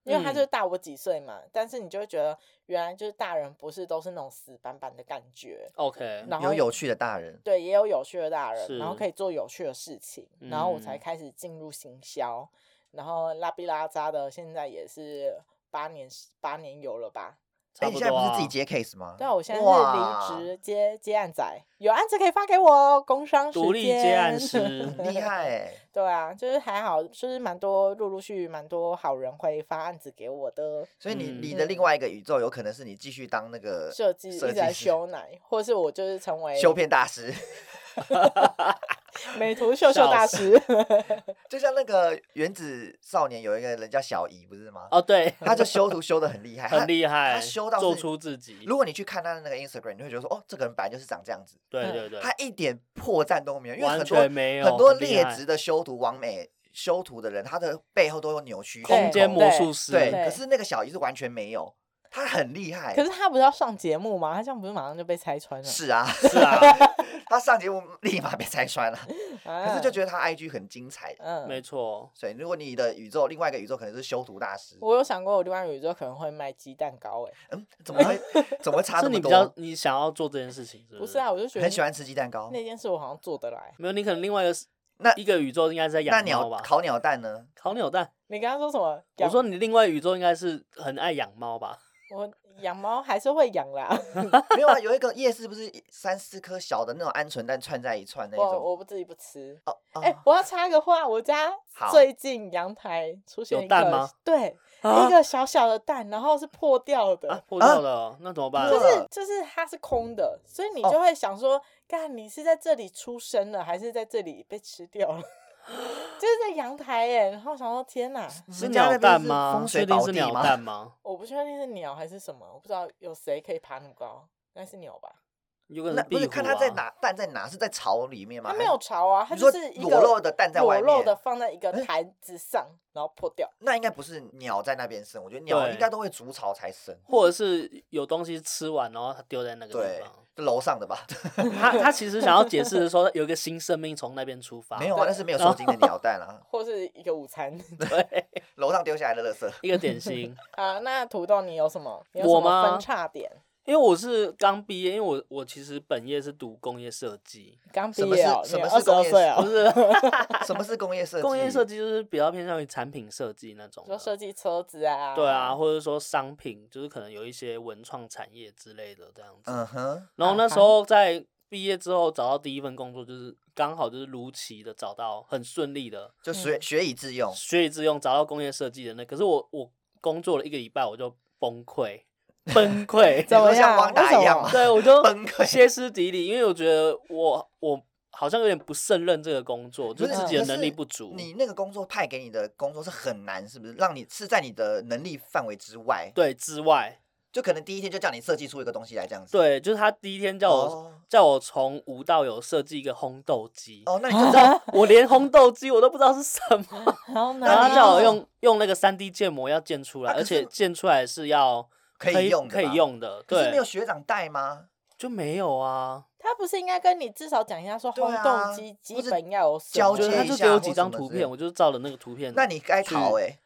因为他
嗯
就是大我几岁嘛，但是你就会觉得原来就是大人不是都是那种死板板的感觉，
OK，
然后
有有趣的大人，
对，也有有趣的大人，然后
是
可以做有趣的事情，然后我才
嗯
开始进入行销，然后拉比拉扎的，现在也是八年八年有了吧？
差
哎，你
不
现在
多
不是
啊
自己，接 case 吗？
对啊，我现在
哇
是离职接接案仔，有案子可以发给我哦，工商时
独立接案
间
师
很厉害欸，
对啊，就是还好，就是蛮多陆陆续续蛮多好人会发案子给我的，
所以你
嗯
你的另外一个宇宙有可能是你继续当那个
设计一
呃设
直
计
在
师
修奶，或是我就是成为
修片大师，
美图秀秀大
笑死
师。
就像那个原子少年有一个人叫小姨，不是吗？
哦，对，
他就修图修的很厉害，
很厉害，
他修到
做
是
出自己，
如果你去看他的那个 Instagram，你会觉得说，哦，这个人本来就是长这样子，
对对对，
他一点破绽都没有，因为
完
很多
全没有
很多
很厉
劣
害
质的修图完美修图的人，他的背后都有扭曲
空间魔
对
术师，
对，
对
可是那个小姨是完全没有，他很厉害
可。是他不是要上节目吗？他这样不是马上就被拆穿了？
是 啊，
是啊，
他上节目立马被拆穿了，可
可
嗯
是就觉得他 IG 很精彩。
啊嗯，
没错，
所以，如果你的宇宙另外一个宇宙可能是修图大师，
我有想过，我另外有宇宙可能会卖鸡蛋糕、欸，
嗯，怎么 会怎么会差
是
这么
你比较
多？
你想要做这件事情，
不
不
是啊，我就觉得
很喜欢吃鸡蛋糕
那，件事，我好像做得来。
没有，你可能另外一个
那
一个宇宙应该是在
那
养猫
鸟
吧，
烤鸟 蛋呢？
烤鸟蛋。
你刚刚说什么？
我
养
说你另外宇宙应该是很爱养猫吧？
我养猫还是会养啦，
没有啊，有一个夜市不是三四颗小的那种鹌鹑蛋串在一串
哦
那
我
种。
我不自己不吃。
哦哦
哎、我要插个话，我家
好
最近阳台出现
有
一
蛋
个
吗
对、
啊
一个小小的蛋，然后是破掉的，
啊，破掉了哦，那怎么办？
啊
就是
呃
就是它是空的，所以你
哦
就会想说，干、你是在这里出生了，还是在这里被吃掉了？ 就是在阳台耶，然后想说天哪，
你
是
们家
鸟
那边
蛋
是
吗？
风水
确定
宝
是
地
鸟
吗
蛋吗？
我不确定是鸟还是什么，我不知道有谁可以爬那么高，应该是鸟吧？
有可能
那
是壁
不
虎
是
啊
看它在哪，蛋在哪？是在巢里面吗？
它没有巢啊，它
还是，
就是
你
一
说
个
裸露的蛋在外
裸露的
面，
放在一个坛子上，然后破掉。
那应该不是鸟在那边生。我觉得鸟
对
应该都会筑巢才生，
或者是有东西吃完，然后它丢在那个地
对
方。，
就楼上 的吧？
他他其实想要解释的是说，有一个新生命从那边出发，
没有啊，那是没有
哦
受精的鸟蛋啊，
或是一个午餐
对
楼上丢下来的垃圾。
一个点心。
啊，那土豆你有什么？你有
我
什么
吗
分叉点？
因为我是刚毕业，因为我我其实本业是读工业设计，
刚毕
什么
业
是
啊
哦，
什么
二
是
十二
工业
岁
不
哦，
是
什么是工业设计？
工业设计就是比较偏向于产品设计那种的，
说设计车子啊，
对啊，，或者说商品，就是可能有一些文创产业之类的这样子。
嗯哼，
然后那
啊哈
时候在毕业之后找到第一份工作，就是刚好就是如期的找到，很顺利的
就学学以致用，
嗯学以致用，找到工业设计的那。可是我我工作了一个礼拜，我就崩 溃，崩溃，
怎么
你说像
样
汪达
为什
一样
么
吗？
对我就
崩溃
歇斯底里，因为我觉得我我好像有点不胜任这个工作，就
不是
自己的
可
能
是
力不足。
你那个工作派给你的工作是很难，是不是？让你是在你的能力范围之外，
对之外，
就可能第一天就叫你设计出一个东西来这样子。
对，就是他第一天叫我、
哦
叫我从无到有设计一个烘豆机，
哦， 那你就知道
我连烘豆机我都不知道是什么，
然后呢
然后他
那你
叫我
要
用用那个三 D 建模要建出来，
啊可
而且
是
建出来是要
可以用的
可以
吧
用的，
可是没有
对，
学长 带吗？
就没有啊，
他不是应该跟你至少讲一下说
对
烘
啊
豆机基
或是
本要有什
交
么？
接
就是他就
一
给我
下
几
或
张
什么
图
之类
片，我就照了那个图片，
那你该逃哎、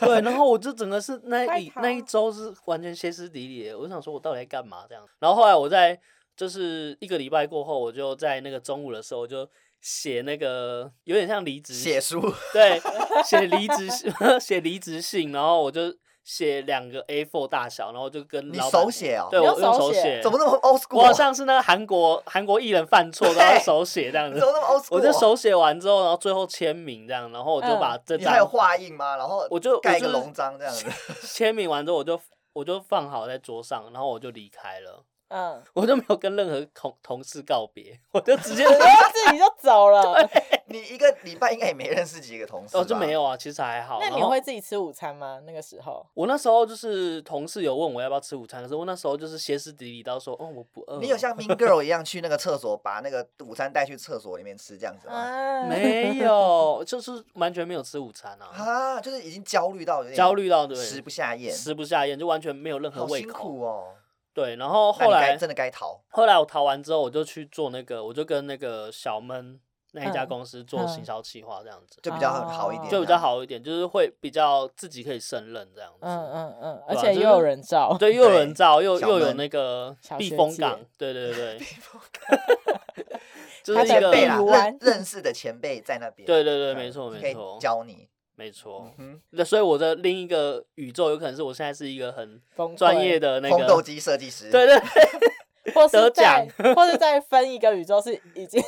对，然后我就整个是那
快
一那一
逃
周是完全歇斯底里的，我就想说我到底在干嘛这样。然后后来我在就是一个礼拜过后，我就在那个中午的时候我就写那个有点像离职
写书，
对，写离职信写离职信，然后我就写两个 A4 大小，然后就跟
你
老板
手写哦，
对
你
我
用
用
手
手
写
写，
怎么那么 old
我好
school？啊、
像是那个韩国韩国艺人犯错，然后
对
手写这样
你
子
怎，么那么 old school？啊
我就手写完之后，然后最后签名这样，然后我就
嗯
把这
你还有
张
画印吗？然后
我就
盖一
我
个
就是
龙章这样子，
签名完之后，我就我就放好在桌上，然后我就离开了，
嗯，
我就没有跟任何同同事告别，我就 直接
然后自己就走 了。
啊
你一个礼拜应该也没认识几个同事吧，
哦就没有啊，其实还好。
那
然
你
后
会自己吃午餐吗？那个时候
我那时候就是同事有问我要不要吃午餐，可是我那时候就是歇斯底里到说，哦，我不饿。
你有像 Mean Girl 一样去那个厕所把那个午餐带去厕所里面吃这样子吗？
啊，
没有？就是完全没有吃午餐啊，
啊，就是已经焦虑到有点
焦虑到对，
食不下咽，
食不下咽，就完全没有任何
好
胃
辛
口。
苦哦。
对，然后
那
后
你该
来
真的该逃，
后来我逃完之后，我就去做那个，我就跟那个小闷那一家
嗯
公司做
嗯
行销企划这样子，
就比较好一点，
哦就比较。好一点，就是会比较自己可以胜任这样子。
嗯嗯嗯，而
对啊
且
就
又
是
有人照，
对，又有人
对
照，又
小
又有
闷
那个
小
避
学
风
姐
港，对对对对， 就是
他
一
的
个
辈啦，
比如
认
玩
认识的前辈在那边，
对对对，
嗯
没错
可
没
以
错，
教你。
没错。
嗯，
那所以我的另一个宇宙有可能是我现在是一个很
崩溃
专业的那
烘豆
个，
机设计师，
对对，
或
得
是在
奖
或是再分一个宇宙是已 经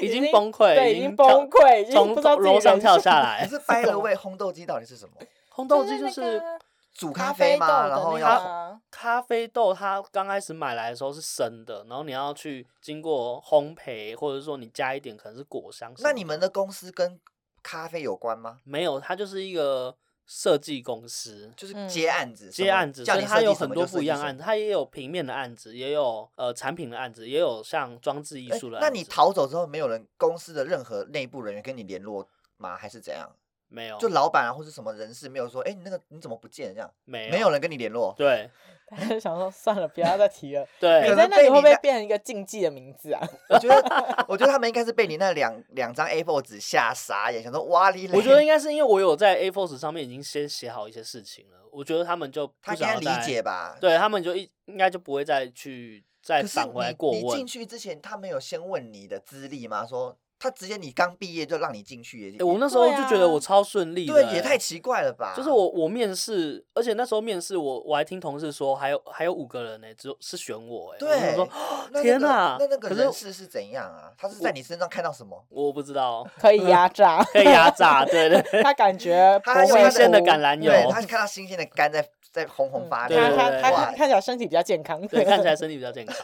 已
已
经
经
崩溃，
对
已
已经
跳
崩溃，已经
从
不知道自己
楼上
人
跳
生
下
可
来。
是 by the way，烘豆机到底是什么？
烘豆机就是
那个
煮
咖
咖
啡
啡
豆
吗？
的
然后
那
要
个
烘
啊
咖啡豆，它刚开始买来的时候是生的，然后你要去经过烘焙，或者说你加一点可能是果香什么。
那你们的公司跟咖啡有关吗？
没有，它就是一个设计公司。
就是接案子，什
嗯接
么
案子，
叫
所
你
以
设
它
计
有
什
很
么
多
就设
不一
计
样
什
案
么
子，它也有平面的案子，也有呃产品的案子，也有像装置艺
哎
术的案子。
那你逃走之后，没有人公司的任何内部人员跟你联络吗？还是怎样？
没有？
就老板啊，或是什么人事没有说，哎，你那个你怎么不见？这样
没
没有人跟你联络，
对
他就想说算了，不要再提了。
对
你
可
在
能
那
被
里会
你
不会
那
变成一个禁忌的名字啊？
我 觉得，我觉得他们应该是被你那两两张 A4 纸吓傻眼，想说哇你嘞。
我觉得应该是因为我有在 A4 纸上面已经先写好一些事情了，我觉得他们就不
他应
想
该
要
理
再
解，吧？
对他们就一应该就不会再去再
可是
返回来过
你你进
问。
去之前，他没有先问你的资历吗？说他直接你刚毕业就让你进去也，
诶我那时候就觉得
对
我
啊
超顺利的、欸
对
诶
也太奇怪了吧？
就是我我面试，而且那时候面试我我还听同事说还有还有五个人呢、只有是选我哎、我想
对
说，
那那
天
个
哪
那那个
可是
人事是怎样啊？他是在你身上看到什么？
我不知道，
可以压榨，
可以压榨，对对 对
他感觉不
他
会
用他
新鲜
的
的橄
苦
榄油，
对，他是看到新鲜的肝在在红红发
嗯对
亮
他
对
嗯他他
对
哇
看看起来身体比较健康，
对，看起来身体比较健 康，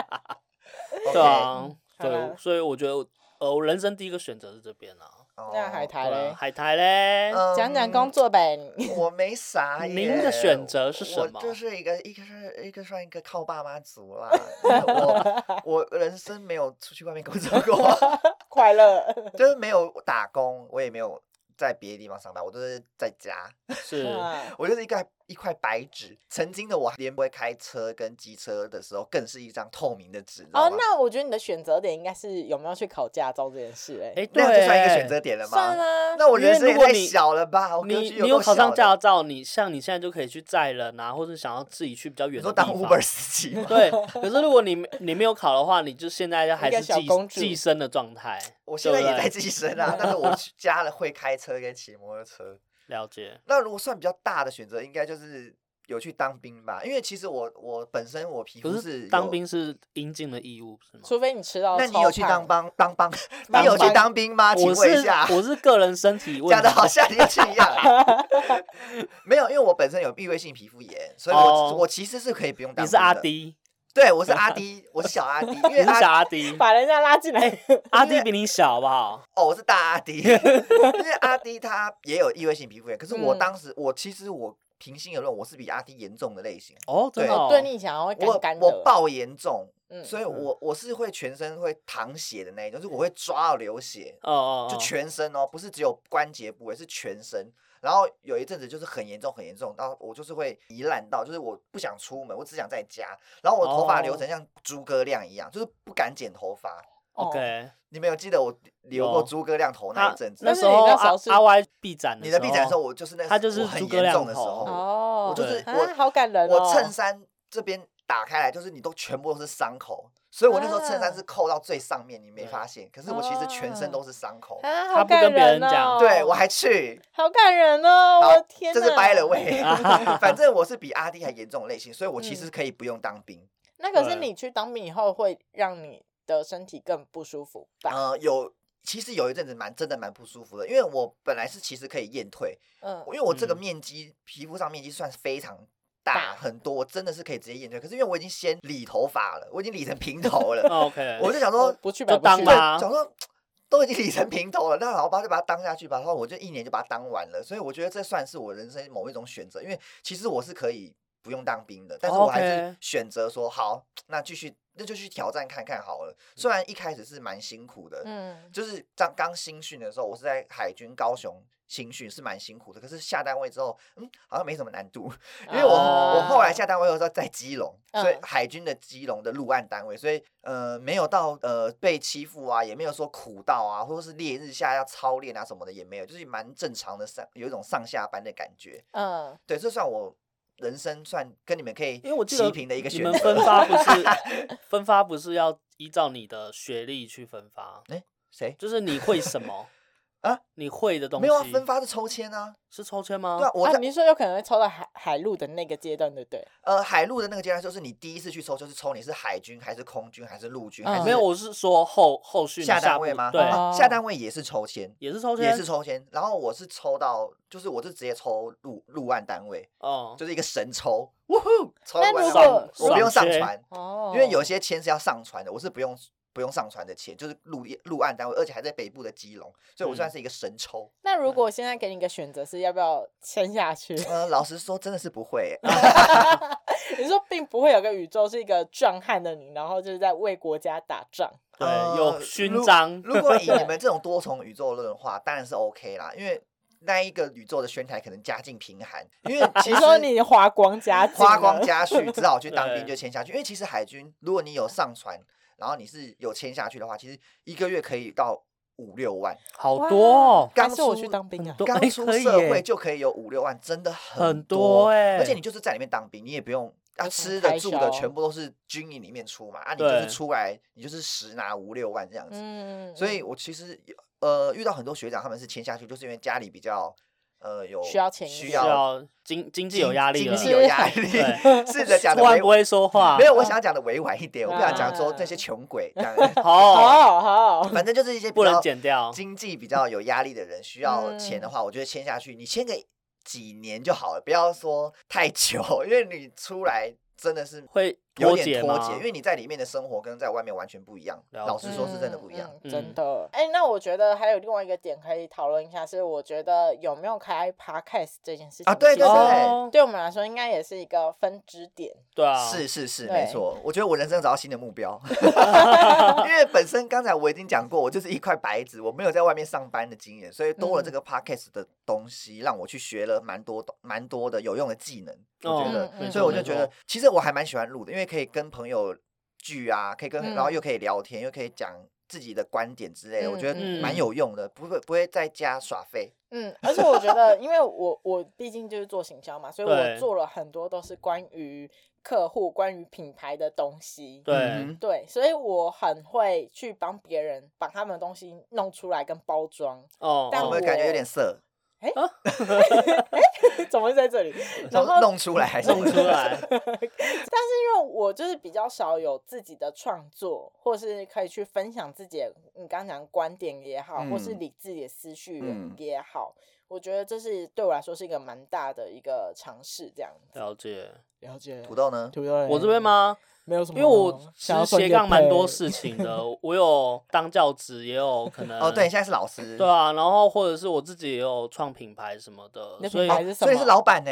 OK，
对啊，
好啦
对，所以我觉得呃，我人生第一个选择是这边啊，
哦
那海
对
苔
啊，
嘞，
海苔嘞，
嗯
讲讲工作呗。
我没啥耶。
您的选择是什么
我就是一个一个是一个算一个靠爸妈族啦。 我我人生没有出去外面工作过，
快乐，
就是没有 打工，我也没有在别的地方上班，我都是在家。
是
啊
我就是一个一块白纸。曾经的我，连不会开车跟机车的时候，更是一张透明的纸。你知道
哦，
吗
那我觉得你的选择点应该是有没有去考驾照这件事、欸，哎、
哎、对，
那样就啊算一个选择点了吗？
算啊。
那我人生
因为
也
如果
太
你
小了吧？我格
你
局
你
有
有
够
考上
小
驾
的，
照，你像你现在就可以去载人啊，或者想要自己去比较
你
远的
说
地
当
方。
Uber 司 机吗？
对，可是如果你你没有考的话，你就现在还
一
是
个小
寄
公主
寄生的状态。
我现在
对不
也
对
在寄生啊，但是我 去加了会开车跟骑摩托车。
了解，
那如果算比较大的选择，应该就是有去当兵吧，因为其实我我本身我皮
可
肤
是
有
当。兵是应尽的义务，是吗？
除非你吃到，
那你有去当？帮 当帮？
当
你有去
帮
当兵吗？请
我
问一
是
下，
我是个人身体问题，
讲的好像你要去 一样。没有，因为我本身有异位性皮肤炎，所以我、
哦
我其实是可以不用当。
你是阿，D，
对，我是阿 D，我是 小阿 D，因
你
为
是
阿
小阿 D，
把人家拉进来，
阿 D 比你小好不好？
哦，我是大阿 迪，因为阿迪他也有异位性皮肤炎，可是我
嗯
当时、我其实我平心而论，我是比阿迪严重的类型，
哦，真的、
对
哦，
对你以前好像会
我
干干的。
我爆严重，
嗯
所以我我是会全身会淌血的那一种，就是我会抓到流血，
哦哦，哦
就全身哦，不是只有关节部位，是全身。然后有一阵子就是很严重很严重，然后我就是会糜烂到，就是我不想出门，我只想在家。然后我头发
哦
流成像诸葛亮一样，就是不敢剪头发。
哦
OK。
你们有记得我留过
有
诸葛亮头那
他
一阵子？
那
是
时
你
候
那时
阿
候是
阿 Y 闭展，
你的臂展的时候，，我就是那时
他就是
我很
诸葛
严
亮
重的时
头
候，
哦，
我就是
啊
我
好感人哦。
我衬衫这边打开来，就是你都全部都是伤口，所以我那时候衬衫
嗯
是扣到最上面，你没发现，可是我其实全身都是伤口。
啊，
他
好
不跟
感
别人
人嗯哦
讲。
对，我还去，
好感人哦！我
好
的天哪，
这是掰了位。反正我是比阿弟还严重的类型，所以我其实可以不用当兵。
那可是
对
你去当兵以后，会让你的身体更不舒服吧？
呃，有其实有一阵子蛮真的蛮不舒服的，因为我本来是其实可以验退，
嗯
因为呃我这个
嗯
面积、皮肤上面积算是非常大很多，我真的是可以直接验退。可是因为我已经先理头发了，我已经理成平 头了，
哦 OK，
我就想
我
说，
不去白
就
不
当
去
对，
吧
想说都已经理成平头了，那老爸就把它当下去吧。然后我就一年就把它当完了，所以我觉得这算是我人生某一种选择，因为其实我是可以不用当兵的，但是我还是
哦
OK
选择说好，那继续那就去挑战看看好了。虽然一开始是蛮辛苦的，
嗯，
就是刚刚新训的时候，我是在海军高雄新训，是蛮辛苦的。可是下单位之后，嗯，好像没什么难度，因为我、我后来下单位的时候在基隆，所以
哦嗯
海军的基隆的陆岸单位，所以呃没有到呃被欺负啊，也没有说苦到啊，或者是烈日下要操练啊什么的也没有，就是蛮正常的上有一种上下班的感觉。
嗯，
对，这算我人生算跟你们可以
因为我记
齐
得
平的一个
你
选
们分
择。
发不 是分发不是要依照你的学历去分发，
谁
就是你会什么
啊？
你会的东西哦
没有啊？分发是抽签啊，
是抽签吗？
对啊，我
啊，
在、
你是说有可能会抽到海海陆的那个阶段，对不对？
呃，海陆的那个阶段就是你第一次去抽，就是抽你是海军还是空军还是陆军，还
嗯
是
没有，我是说后后续的
下单
部
位吗？啊
对，
哦
下单位也是抽签，
也是抽签，
也是抽签。然后我是抽到，就是我是直接抽陆陆岸单位，
哦
就是一个神抽，呜呼！抽
那
完
如
之后
果
我不用
爽
上
切
传，
哦，
因为有些签是要上传的，我是不用不用上传的签，就是陆陆岸单位，而且还在北部的基隆，所以我
嗯
算是一个神抽。
那如果现在给你一个选择，是要不要签下去？
呃，老实说，真的是不会欸、
你说并不会有个宇宙是一个壮汉的你，然后就是在为国家打仗。
对
呃
有勋
如
章
如果以 你们这种多重宇宙论的话，当然是 OK 啦，因为那一个宇宙的宣台可能家境贫寒，因为其
你
实
说你花光家境了，
花光家蓄，只好去当兵
对
就签下去。因为其实海军，如果你有上船，然后你是有签下去的话，其实一个月可以到五六万。
好
哇
多哦，
刚
还是我
出
去当兵啊
很？多
刚
哎
出
可以
社
耶
会就可以有五六万，真的很
很多欸
而且你就是在里面当兵，你也不用啊，
有什么
吃的
开
住
销
的全部都是军营里面出嘛，啊，你就是
对
出来，你就是实拿五六万这样子。
嗯，
所以我其实有呃遇到很多学长，他们是签下去，就是因为家里比较呃有
需要钱
需
需
需
要
要啊经经济
经
有压力
经
了，
济有压力
对，
试着讲的
突然
委
不会说话，
没有，我想要讲的委婉一点，我不想讲说
啊
那些穷 鬼这样。
好
哦
好嗯好，
反正就是一些比
不能
较
剪掉，嗯
经济比较有压力的人，需要钱的话，我觉得签下去，你签个几年就好了，不要说太久，因为你出来真的是
会
有
脱节
点脱
吗
节，因为你在里面的生活跟在外面完全不一样。
了
老
解
实说，是真的不一样。
嗯嗯
嗯
真的。哎、那我觉得还有另外一个点可以讨论一下，是我觉得有没有开 podcast 这件事情
啊对
其实哦
对对
对我们来说应该也是一个分支点。
哦对啊，
是是是，
对
没错。我觉得我人生找到新的 目标，因为本身刚才我已经讲过，我就是一块白纸，我没有在外面上班的经验，所以多了
嗯
这个 podcast 的东西，让我去学了蛮多东蛮多的有用的技能。我觉
哦
得，
嗯嗯
所以我就
没错
觉得，其实我还蛮喜欢录的，因为可以跟朋友聚啊，可以跟，
嗯
然后又可以聊天，又可以讲自己的观点之类的，我觉
嗯
得
嗯
蛮有用的，不会不会在家耍废。
嗯，而且我觉 得，因为我我毕竟就是做行销嘛，所以
对
我做了很多都是关于客户、关于品牌的东西。
对
嗯
对，所以我很会去帮别人把他们的东西弄出来跟包 装。
哦，
但
哼，
哦
我们感觉有点色，
哎怎么会在这里？然后
弄弄出来还是
弄出来，
因为我就是比较少有自己的创作，或是可以去分享自己的，你刚刚讲的观点也好，或是
嗯
理自己的思绪
嗯
也好，我觉得这是对我来说是一个蛮大的一个尝试，这样子。
了解。
了解，
土豆呢？
土豆嘞，
我这边吗？
没有什
因
么，
为我其
想要
实
分
斜
业
杠蛮多
配，
事情的，我有当教职，也 有可能
哦，对，现在是老
嗯
师，
对啊，然后或者是我自己也有创品牌什么的
你的，
所以
品牌是什么？
哦所以是老板呢、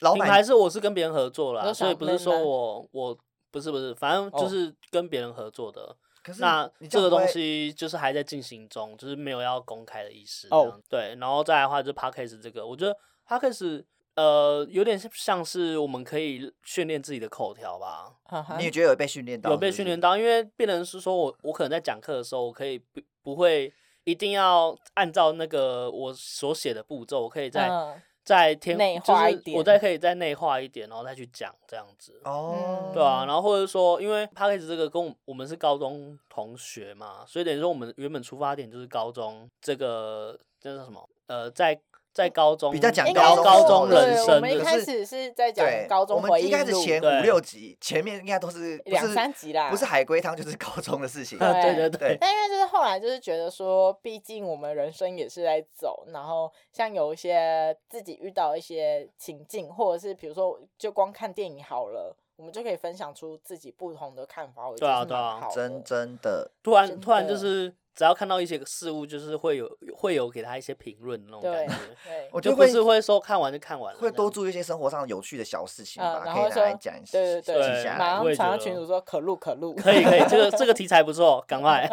老
品牌
板
是我是跟别人合作
你
啦，
说
所以
小
不是
妹吗
说我我不是不是，反正
哦
就是跟别人合作的。
可是
那
你
这
样
个
不
东
会
西就是还在进行中，就是没有要公开的意思。
哦
哦，对，然后再来的话就是 podcast 这个，我觉得 podcast 呃有点像是我们可以训练自己的口条吧，
哈哈，
你也觉得有被训练到？
啊有被
是
训
不是
练。到，因为变成是说我我可能在讲课的时候，我可以不不会一定要按照那个我所写的步骤，我可以在、
嗯
在添
内
就
化一
是
点
我再可以再内化一点，然后再去讲这样子。
哦，
对啊，然后或者说，因为 p a c k a g e 这个跟我我们是高中同学嘛，所以等于说我们原本出发点就是高中这个这叫什么？呃，在在高中
比较讲
应该
高
说
高中
对
人
我
生
们一
的
可
开
是
始是在讲
对，
高中
我
回
们
忆
一开始
录
前
对
五六集，前面应该都是不
两
是
三集啦
不是海龟汤就是高中的事情。
对
对对对
对，
但因为就是后来就是觉得说，毕竟我们人生也是在走，然后像有一些自己遇到一些情境，或者是比如说就光看电影好了，我们就可以分享出自己不同的看法，我觉
对
得
啊
是
对啊
蛮好的。
真真的，
突然
真
突然
的
就是只要看到一些事物，就是会有会有给他一些评论那种
对
感觉，
对
我
就
觉得
不
会
是会说看完就看完了这
会
样，
多注意一些生活上有趣的小事情吧
嗯，，然
可以
后
拿
说
来讲一下，
对对
记
对，
下
马
来。
我也
上
觉
传到
得
群主说可录可录，
可以可以，这个这个题材不错，赶快，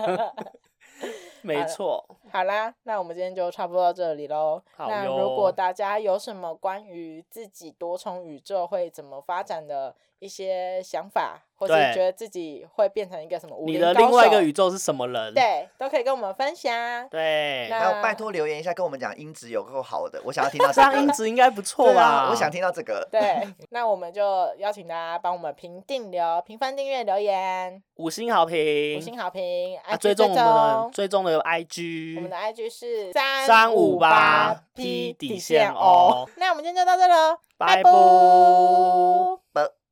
没错，
好啦，那我们今天就差不多到这里喽。
好
那
哟
如果大家有什么关于自己多重宇宙会怎么发展的一些想法，或是
对
觉得自己会变成一个什么武
你
林
的
高
另外一个
手
宇宙是什么人？
对，都可以跟我们分享。
对，
那
还有拜托留言一下，跟我们讲音质有够好的，我想要听到
这
这
样
个
音质应该不错
对
吧？
啊，我想听到这个。
对，那我们就邀请大家帮我们评定留、评分、订阅、留言、
五星好评，
五星好评，
啊，
IG
追踪我们的
踪哦
追踪的
我们
IG
的。IG 是三
358
P
P 底
底
线
线哦
哦。
那我们今天就到这喽，拜
拜拜
拜
拜